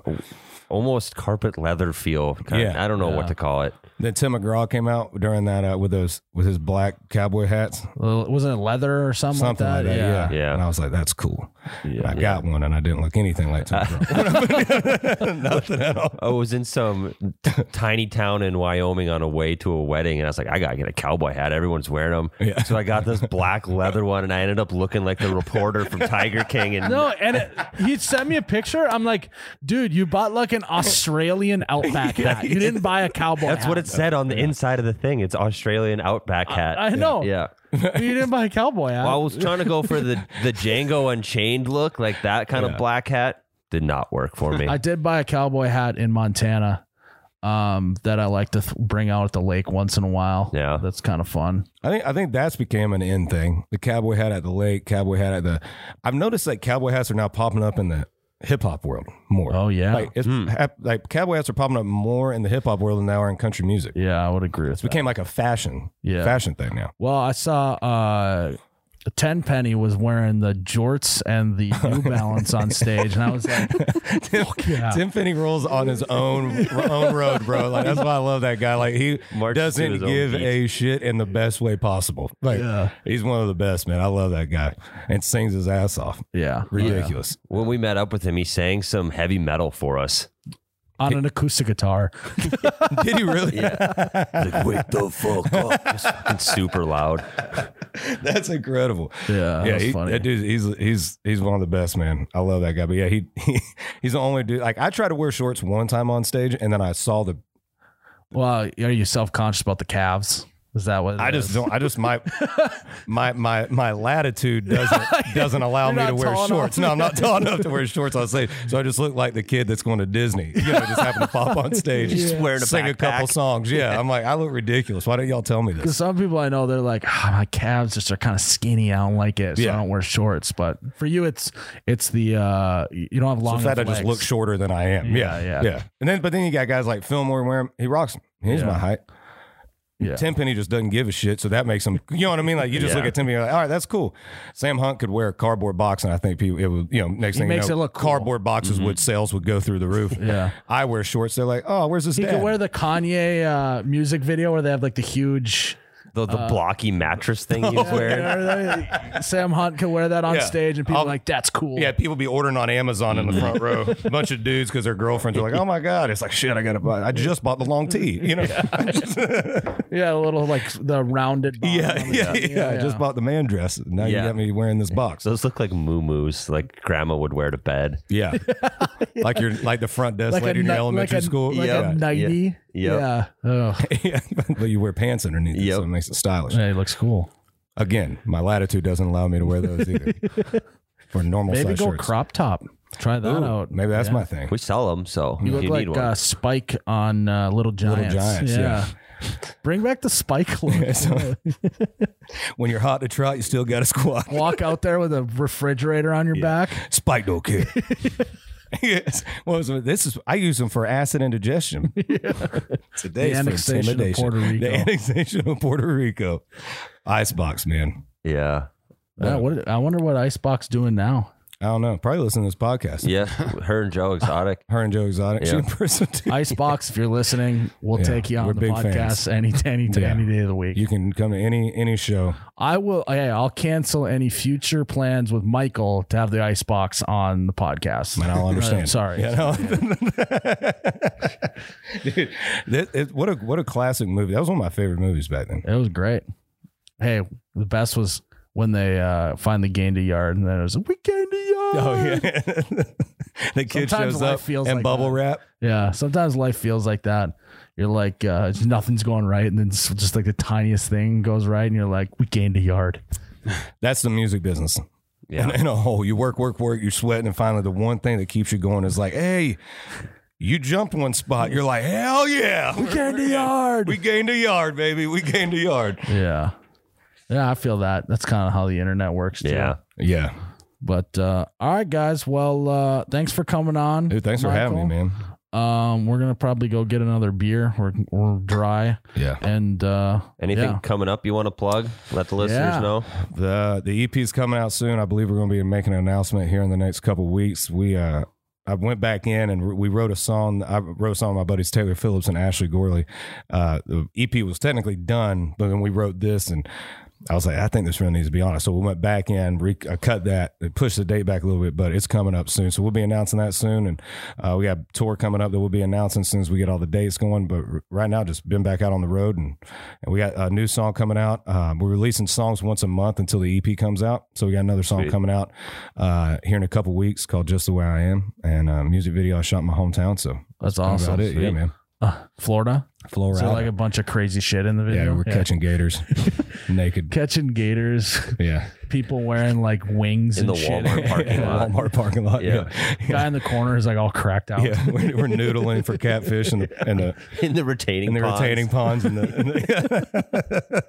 Speaker 5: almost carpet leather feel. Kind
Speaker 4: Yeah.
Speaker 5: I don't know
Speaker 1: Yeah.
Speaker 5: what to call it.
Speaker 4: then Tim McGraw came out during that uh, with those with his black cowboy hats,
Speaker 1: wasn't it leather or something,
Speaker 4: something
Speaker 1: like that?
Speaker 4: Yeah.
Speaker 5: Yeah.
Speaker 4: and I was like, that's cool. And I
Speaker 5: Yeah.
Speaker 4: got one, and I didn't look anything like Tim McGraw. Nothing at all.
Speaker 5: I was in some t- tiny town in Wyoming on a way to a wedding, and I was like, I gotta get a cowboy hat. Everyone's wearing them,
Speaker 4: Yeah.
Speaker 5: so I got this black leather one, and I ended up looking like the reporter from Tiger King. And
Speaker 1: No, and it, he sent me a picture. I'm like, dude, you bought like an Australian Outback hat. You didn't buy a cowboy.
Speaker 5: that's what it said on the inside of the thing. It's Australian Outback hat.
Speaker 1: I know.
Speaker 5: Yeah.
Speaker 1: You didn't buy a cowboy hat.
Speaker 5: Well, I was trying to go for the the Django Unchained look, like that kind of black hat. Did not work for me.
Speaker 1: I did buy a cowboy hat in Montana um, that I like to th- bring out at the lake once in a while.
Speaker 5: Yeah.
Speaker 1: That's kind of fun.
Speaker 4: I think I think that's became an end thing. The cowboy hat at the lake, cowboy hat at the. I've noticed that cowboy hats are now popping up in the hip hop world more.
Speaker 1: Oh, yeah.
Speaker 4: like it's hap- like cowboy hats are popping up more in the hip hop world than they are in country music. It
Speaker 1: yeah, I would agree with that.
Speaker 4: became like a fashion,
Speaker 1: Yeah.
Speaker 4: fashion thing now.
Speaker 1: Well, I saw uh, Tenpenny was wearing the jorts and the New Balance on stage, and I was like,
Speaker 4: Tim, Tim Finney rolls on his own own road, bro. Like that's why I love that guy. Like he
Speaker 5: Marches to
Speaker 4: doesn't
Speaker 5: his own
Speaker 4: give
Speaker 5: beat.
Speaker 4: a shit in the best way possible. Like he's one of the best, man. I love that guy and sings his ass off.
Speaker 1: yeah,
Speaker 4: Ridiculous.
Speaker 5: when we met up with him, he sang some heavy metal for us.
Speaker 1: on an acoustic guitar.
Speaker 4: Did he really?
Speaker 5: Like, wake the fuck up. Just fucking super loud.
Speaker 4: That's incredible.
Speaker 1: Yeah,
Speaker 4: yeah,
Speaker 1: that's
Speaker 4: he,
Speaker 1: funny.
Speaker 4: that dude, he's he's he's one of the best, man. I love that guy. But yeah, he, he he's the only dude. Like I tried to wear shorts one time on stage, and then I saw the.
Speaker 1: Well, are you self conscious about the calves? Is that what? it
Speaker 4: I just
Speaker 1: is?
Speaker 4: don't. I just my my my my latitude doesn't doesn't allow
Speaker 1: You're
Speaker 4: me to
Speaker 1: not
Speaker 4: wear
Speaker 1: tall enough.
Speaker 4: shorts. No, I'm not tall enough to wear shorts on stage, so I just look like the kid that's going to Disney. You know, just happen to pop on stage,
Speaker 5: Just wearing a
Speaker 4: sing a couple
Speaker 5: backpack.
Speaker 4: songs. Yeah, I'm like, I look ridiculous. Why don't y'all tell me this?
Speaker 1: Some people I know, they're like, "Ah, my calves just are kind of skinny. I don't like it, so
Speaker 4: Yeah.
Speaker 1: I don't wear shorts. But for you, it's it's the uh, you don't have long.
Speaker 4: In fact, I
Speaker 1: enough
Speaker 4: just
Speaker 1: legs.
Speaker 4: look shorter than I am.
Speaker 1: Yeah,
Speaker 4: Yeah,
Speaker 1: yeah.
Speaker 4: yeah, And then, but then you got guys like Fillmore wearing. He rocks. 'em. He's
Speaker 1: Yeah.
Speaker 4: my height.
Speaker 1: Yeah.
Speaker 4: Tenpenny just doesn't give a shit, so that makes him. You know what I mean? Like you just
Speaker 5: Yeah.
Speaker 4: look at Tenpenny, you're like, all right, that's cool. Sam Hunt could wear a cardboard box, and I think people, it would, you know, next
Speaker 1: He
Speaker 4: thing
Speaker 1: makes
Speaker 4: you know,
Speaker 1: it look cool. Mm-hmm.
Speaker 4: cardboard boxes would sales would go through the roof.
Speaker 1: Yeah.
Speaker 4: I wear shorts. They're like, oh, where's this?
Speaker 1: He
Speaker 4: dad?
Speaker 1: could wear the Kanye uh, music video where they have like the huge.
Speaker 5: The, the blocky mattress thing he was wearing.
Speaker 1: Sam Hunt could wear that on
Speaker 4: Yeah.
Speaker 1: stage, and people
Speaker 4: I'll-
Speaker 1: are like, "That's cool."
Speaker 4: yeah, people be ordering on Amazon in the
Speaker 1: Mm-hmm.
Speaker 4: front row. A bunch of dudes because their girlfriends are like, "Oh my god!" It's like, "Shit, I gotta buy." I just bought the long tee. You know,
Speaker 1: yeah, a little like the rounded. bottom
Speaker 4: yeah,
Speaker 1: on the
Speaker 4: yeah, yeah,
Speaker 1: top.
Speaker 4: I just bought the man dress. Now
Speaker 5: Yeah.
Speaker 4: you got me wearing this box.
Speaker 5: Those look like moo-moos, like grandma would wear to bed.
Speaker 4: Yeah. like you're like the front desk
Speaker 1: like a
Speaker 4: lady in your
Speaker 1: ni-
Speaker 4: elementary
Speaker 1: like a,
Speaker 4: school.
Speaker 1: like
Speaker 5: Yeah.
Speaker 1: a ninety.
Speaker 5: Yeah.
Speaker 1: Yeah. Ugh.
Speaker 4: yeah. but you wear pants underneath it, so
Speaker 5: Yep.
Speaker 4: it makes it stylish.
Speaker 1: Yeah, he looks cool.
Speaker 4: Again, my latitude doesn't allow me to wear those either. For normal
Speaker 1: Maybe
Speaker 4: size
Speaker 1: go
Speaker 4: shirts.
Speaker 1: crop top. Try that
Speaker 4: Ooh,
Speaker 1: out.
Speaker 4: Maybe that's
Speaker 1: Yeah.
Speaker 4: my thing.
Speaker 5: We sell them, so
Speaker 1: You
Speaker 5: if
Speaker 1: look
Speaker 5: you
Speaker 1: like
Speaker 5: need one.
Speaker 1: uh, Spike on uh, Little Giants.
Speaker 4: Giants,
Speaker 1: Bring back the Spike look.
Speaker 4: So- when you're hot to trot, you still got a squat.
Speaker 1: Walk out there with a refrigerator on your back.
Speaker 4: Spike don't care. yes. What was it? This is I use them for acid indigestion. Today's
Speaker 1: The
Speaker 4: for
Speaker 1: annexation of
Speaker 4: intimidation.
Speaker 1: Puerto Rico.
Speaker 4: The annexation of Puerto Rico. Icebox, man.
Speaker 5: yeah.
Speaker 1: Yeah, what, I wonder what Icebox doing now.
Speaker 4: I don't know. Probably listen to this podcast.
Speaker 5: Yeah, her and Joe Exotic.
Speaker 4: Her and Joe Exotic. She
Speaker 5: Yeah.
Speaker 4: in prison too.
Speaker 1: Icebox, if you're listening, we'll
Speaker 4: Yeah,
Speaker 1: take you
Speaker 4: we're
Speaker 1: on the
Speaker 4: big
Speaker 1: podcast
Speaker 4: fans.
Speaker 1: any any day,
Speaker 4: Yeah.
Speaker 1: any day of the week.
Speaker 4: You can come to any any show.
Speaker 1: I will. Hey, I'll cancel any future plans with Michael to have the icebox on the podcast.
Speaker 4: Man, I'll understand.
Speaker 1: Uh, sorry.
Speaker 4: You know? Dude, that- it- what a what a classic movie. That was one of my favorite movies back then.
Speaker 1: It was great. Hey, the best was when they uh, finally gained a yard, and then it was we gained a yard.
Speaker 4: Oh yeah. the kid
Speaker 1: Sometimes
Speaker 4: shows
Speaker 1: life
Speaker 4: up
Speaker 1: feels
Speaker 4: and
Speaker 1: like
Speaker 4: bubble
Speaker 1: that.
Speaker 4: wrap.
Speaker 1: Yeah, sometimes life feels like that. You're like, uh, nothing's going right, and then s- just like the tiniest thing goes right, and you're like, we gained a yard.
Speaker 4: That's the music business.
Speaker 5: Yeah.
Speaker 4: In, in a hole, you work, work, work. You're sweating, and finally, the one thing that keeps you going is like, hey, you jumped one spot. You're like, hell yeah, we
Speaker 1: gained a yard.
Speaker 4: We gained a yard, baby. We gained a yard.
Speaker 1: Yeah, yeah, I feel that. That's kind of how the internet works. Too.
Speaker 5: Yeah.
Speaker 4: Yeah.
Speaker 1: But uh, all right, guys. Well, uh, thanks for coming on.
Speaker 4: Dude, thanks for having me,
Speaker 1: Michael.
Speaker 4: man.
Speaker 1: Um, we're gonna probably go get another beer. We're we're dry,
Speaker 4: Yeah.
Speaker 1: and uh,
Speaker 5: Anything
Speaker 1: yeah.
Speaker 5: coming up you want to plug? Let the listeners
Speaker 1: Yeah.
Speaker 5: know.
Speaker 4: The the EP is coming out soon. I believe we're going to be making an announcement here in the next couple weeks. We uh I went back in and we wrote a song. I wrote a song with my buddies Taylor Phillips and Ashley Gorley. Uh, the EP was technically done, but then we wrote this and I was like, I think this really needs to be on it. So we went back in, re- I cut that, it pushed the date back a little bit, but it's coming up soon. So we'll be announcing that soon. And uh, we got a tour coming up that we'll be announcing as soon as we get all the dates going. But r- right now, just been back out on the road and, and we got a new song coming out. Um, we're releasing songs once a month until the EP comes out. So we got another song
Speaker 5: Sweet.
Speaker 4: coming out uh, here in a couple weeks called Just the Way I Am. And uh, music video I shot in my hometown. So
Speaker 1: that's
Speaker 4: that's about
Speaker 1: awesome.
Speaker 4: it. Yeah,
Speaker 5: Sweet.
Speaker 4: man.
Speaker 1: Uh, Florida.
Speaker 4: Florida.
Speaker 1: So like a bunch of crazy shit in the video.
Speaker 4: yeah, we're catching gators naked.
Speaker 1: catching gators,
Speaker 4: Yeah.
Speaker 1: people wearing like wings
Speaker 5: In
Speaker 1: and
Speaker 5: the
Speaker 1: shit.
Speaker 5: Walmart parking
Speaker 4: Yeah,
Speaker 5: lot.
Speaker 4: Walmart parking lot.
Speaker 5: Yeah.
Speaker 4: Yeah.
Speaker 1: Guy in the corner is like all cracked out.
Speaker 4: Yeah, we're, we're noodling for catfish and the, and the,
Speaker 5: In the retaining
Speaker 4: and the
Speaker 5: ponds.
Speaker 4: retaining ponds and the, and the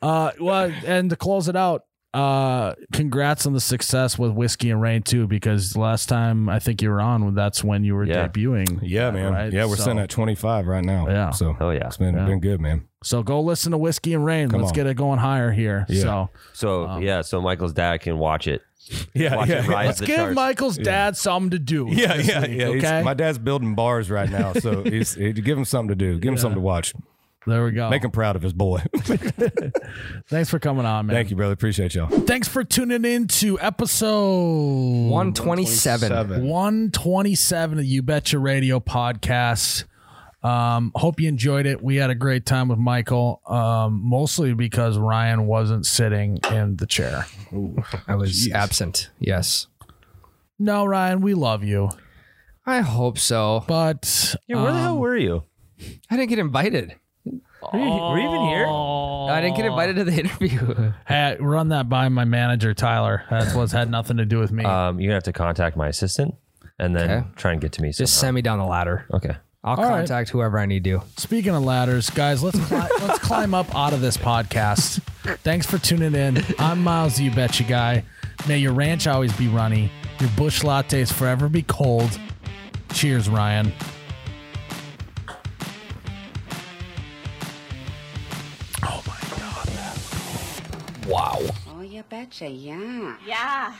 Speaker 1: Uh, well, and to close it out, uh, congrats on the success with Whiskey and Rain too, because last time I think you were on, that's when you were
Speaker 5: Yeah.
Speaker 1: debuting.
Speaker 4: yeah, man.
Speaker 1: Right?
Speaker 4: Yeah, we're
Speaker 1: So-
Speaker 4: sitting at twenty five right now.
Speaker 1: Yeah.
Speaker 4: so
Speaker 5: Oh, yeah.
Speaker 4: it's been
Speaker 1: Yeah.
Speaker 4: been good, man.
Speaker 1: So go listen to Whiskey and Rain.
Speaker 4: Come
Speaker 1: Let's
Speaker 4: on.
Speaker 1: get it going higher here.
Speaker 4: Yeah.
Speaker 1: So
Speaker 5: So yeah, so Michael's dad can watch it.
Speaker 4: Yeah,
Speaker 5: Watch it rise
Speaker 1: let's
Speaker 5: the
Speaker 1: give
Speaker 5: charts.
Speaker 1: Michael's dad something to do.
Speaker 4: Yeah,
Speaker 1: this
Speaker 4: yeah,
Speaker 1: week,
Speaker 4: yeah. He's-
Speaker 1: Okay,
Speaker 4: My dad's building bars right now, so he's, he, give him something to do. Give him something to watch.
Speaker 1: there we go.
Speaker 4: Make him proud of his boy.
Speaker 1: Thanks for coming on, man.
Speaker 4: Thank you, brother. Appreciate y'all.
Speaker 1: Thanks for tuning in to episode
Speaker 2: 127.
Speaker 4: Seven.
Speaker 1: 127 of You Betcha Radio podcast. Um, hope you enjoyed it. We had a great time with Michael, um, mostly because Ryan wasn't sitting in the chair.
Speaker 2: I was absent. Yes.
Speaker 1: No, Ryan, we love you,
Speaker 2: I hope so.
Speaker 1: but
Speaker 5: Yeah, where the hell were you?
Speaker 2: I didn't get invited.
Speaker 5: Were you, were you even here?
Speaker 2: I didn't get invited to the interview.
Speaker 1: hey, run that by my manager, Tyler. That's what's had nothing to do with me.
Speaker 5: Um, you're gonna have to contact my assistant and then
Speaker 2: Okay.
Speaker 5: try and get to me.
Speaker 2: Just
Speaker 5: somehow.
Speaker 2: send me down the ladder.
Speaker 5: okay.
Speaker 2: I'll
Speaker 1: right.
Speaker 2: contact whoever I need to.
Speaker 1: Speaking of ladders, guys, let's cli- let's climb up out of this podcast. Thanks for tuning in. I'm Miles, the you betcha guy. May your ranch always be runny. Your bush lattes forever be cold. Cheers, Ryan.
Speaker 2: Wow.
Speaker 6: Oh, you betcha, yeah.
Speaker 7: Yeah.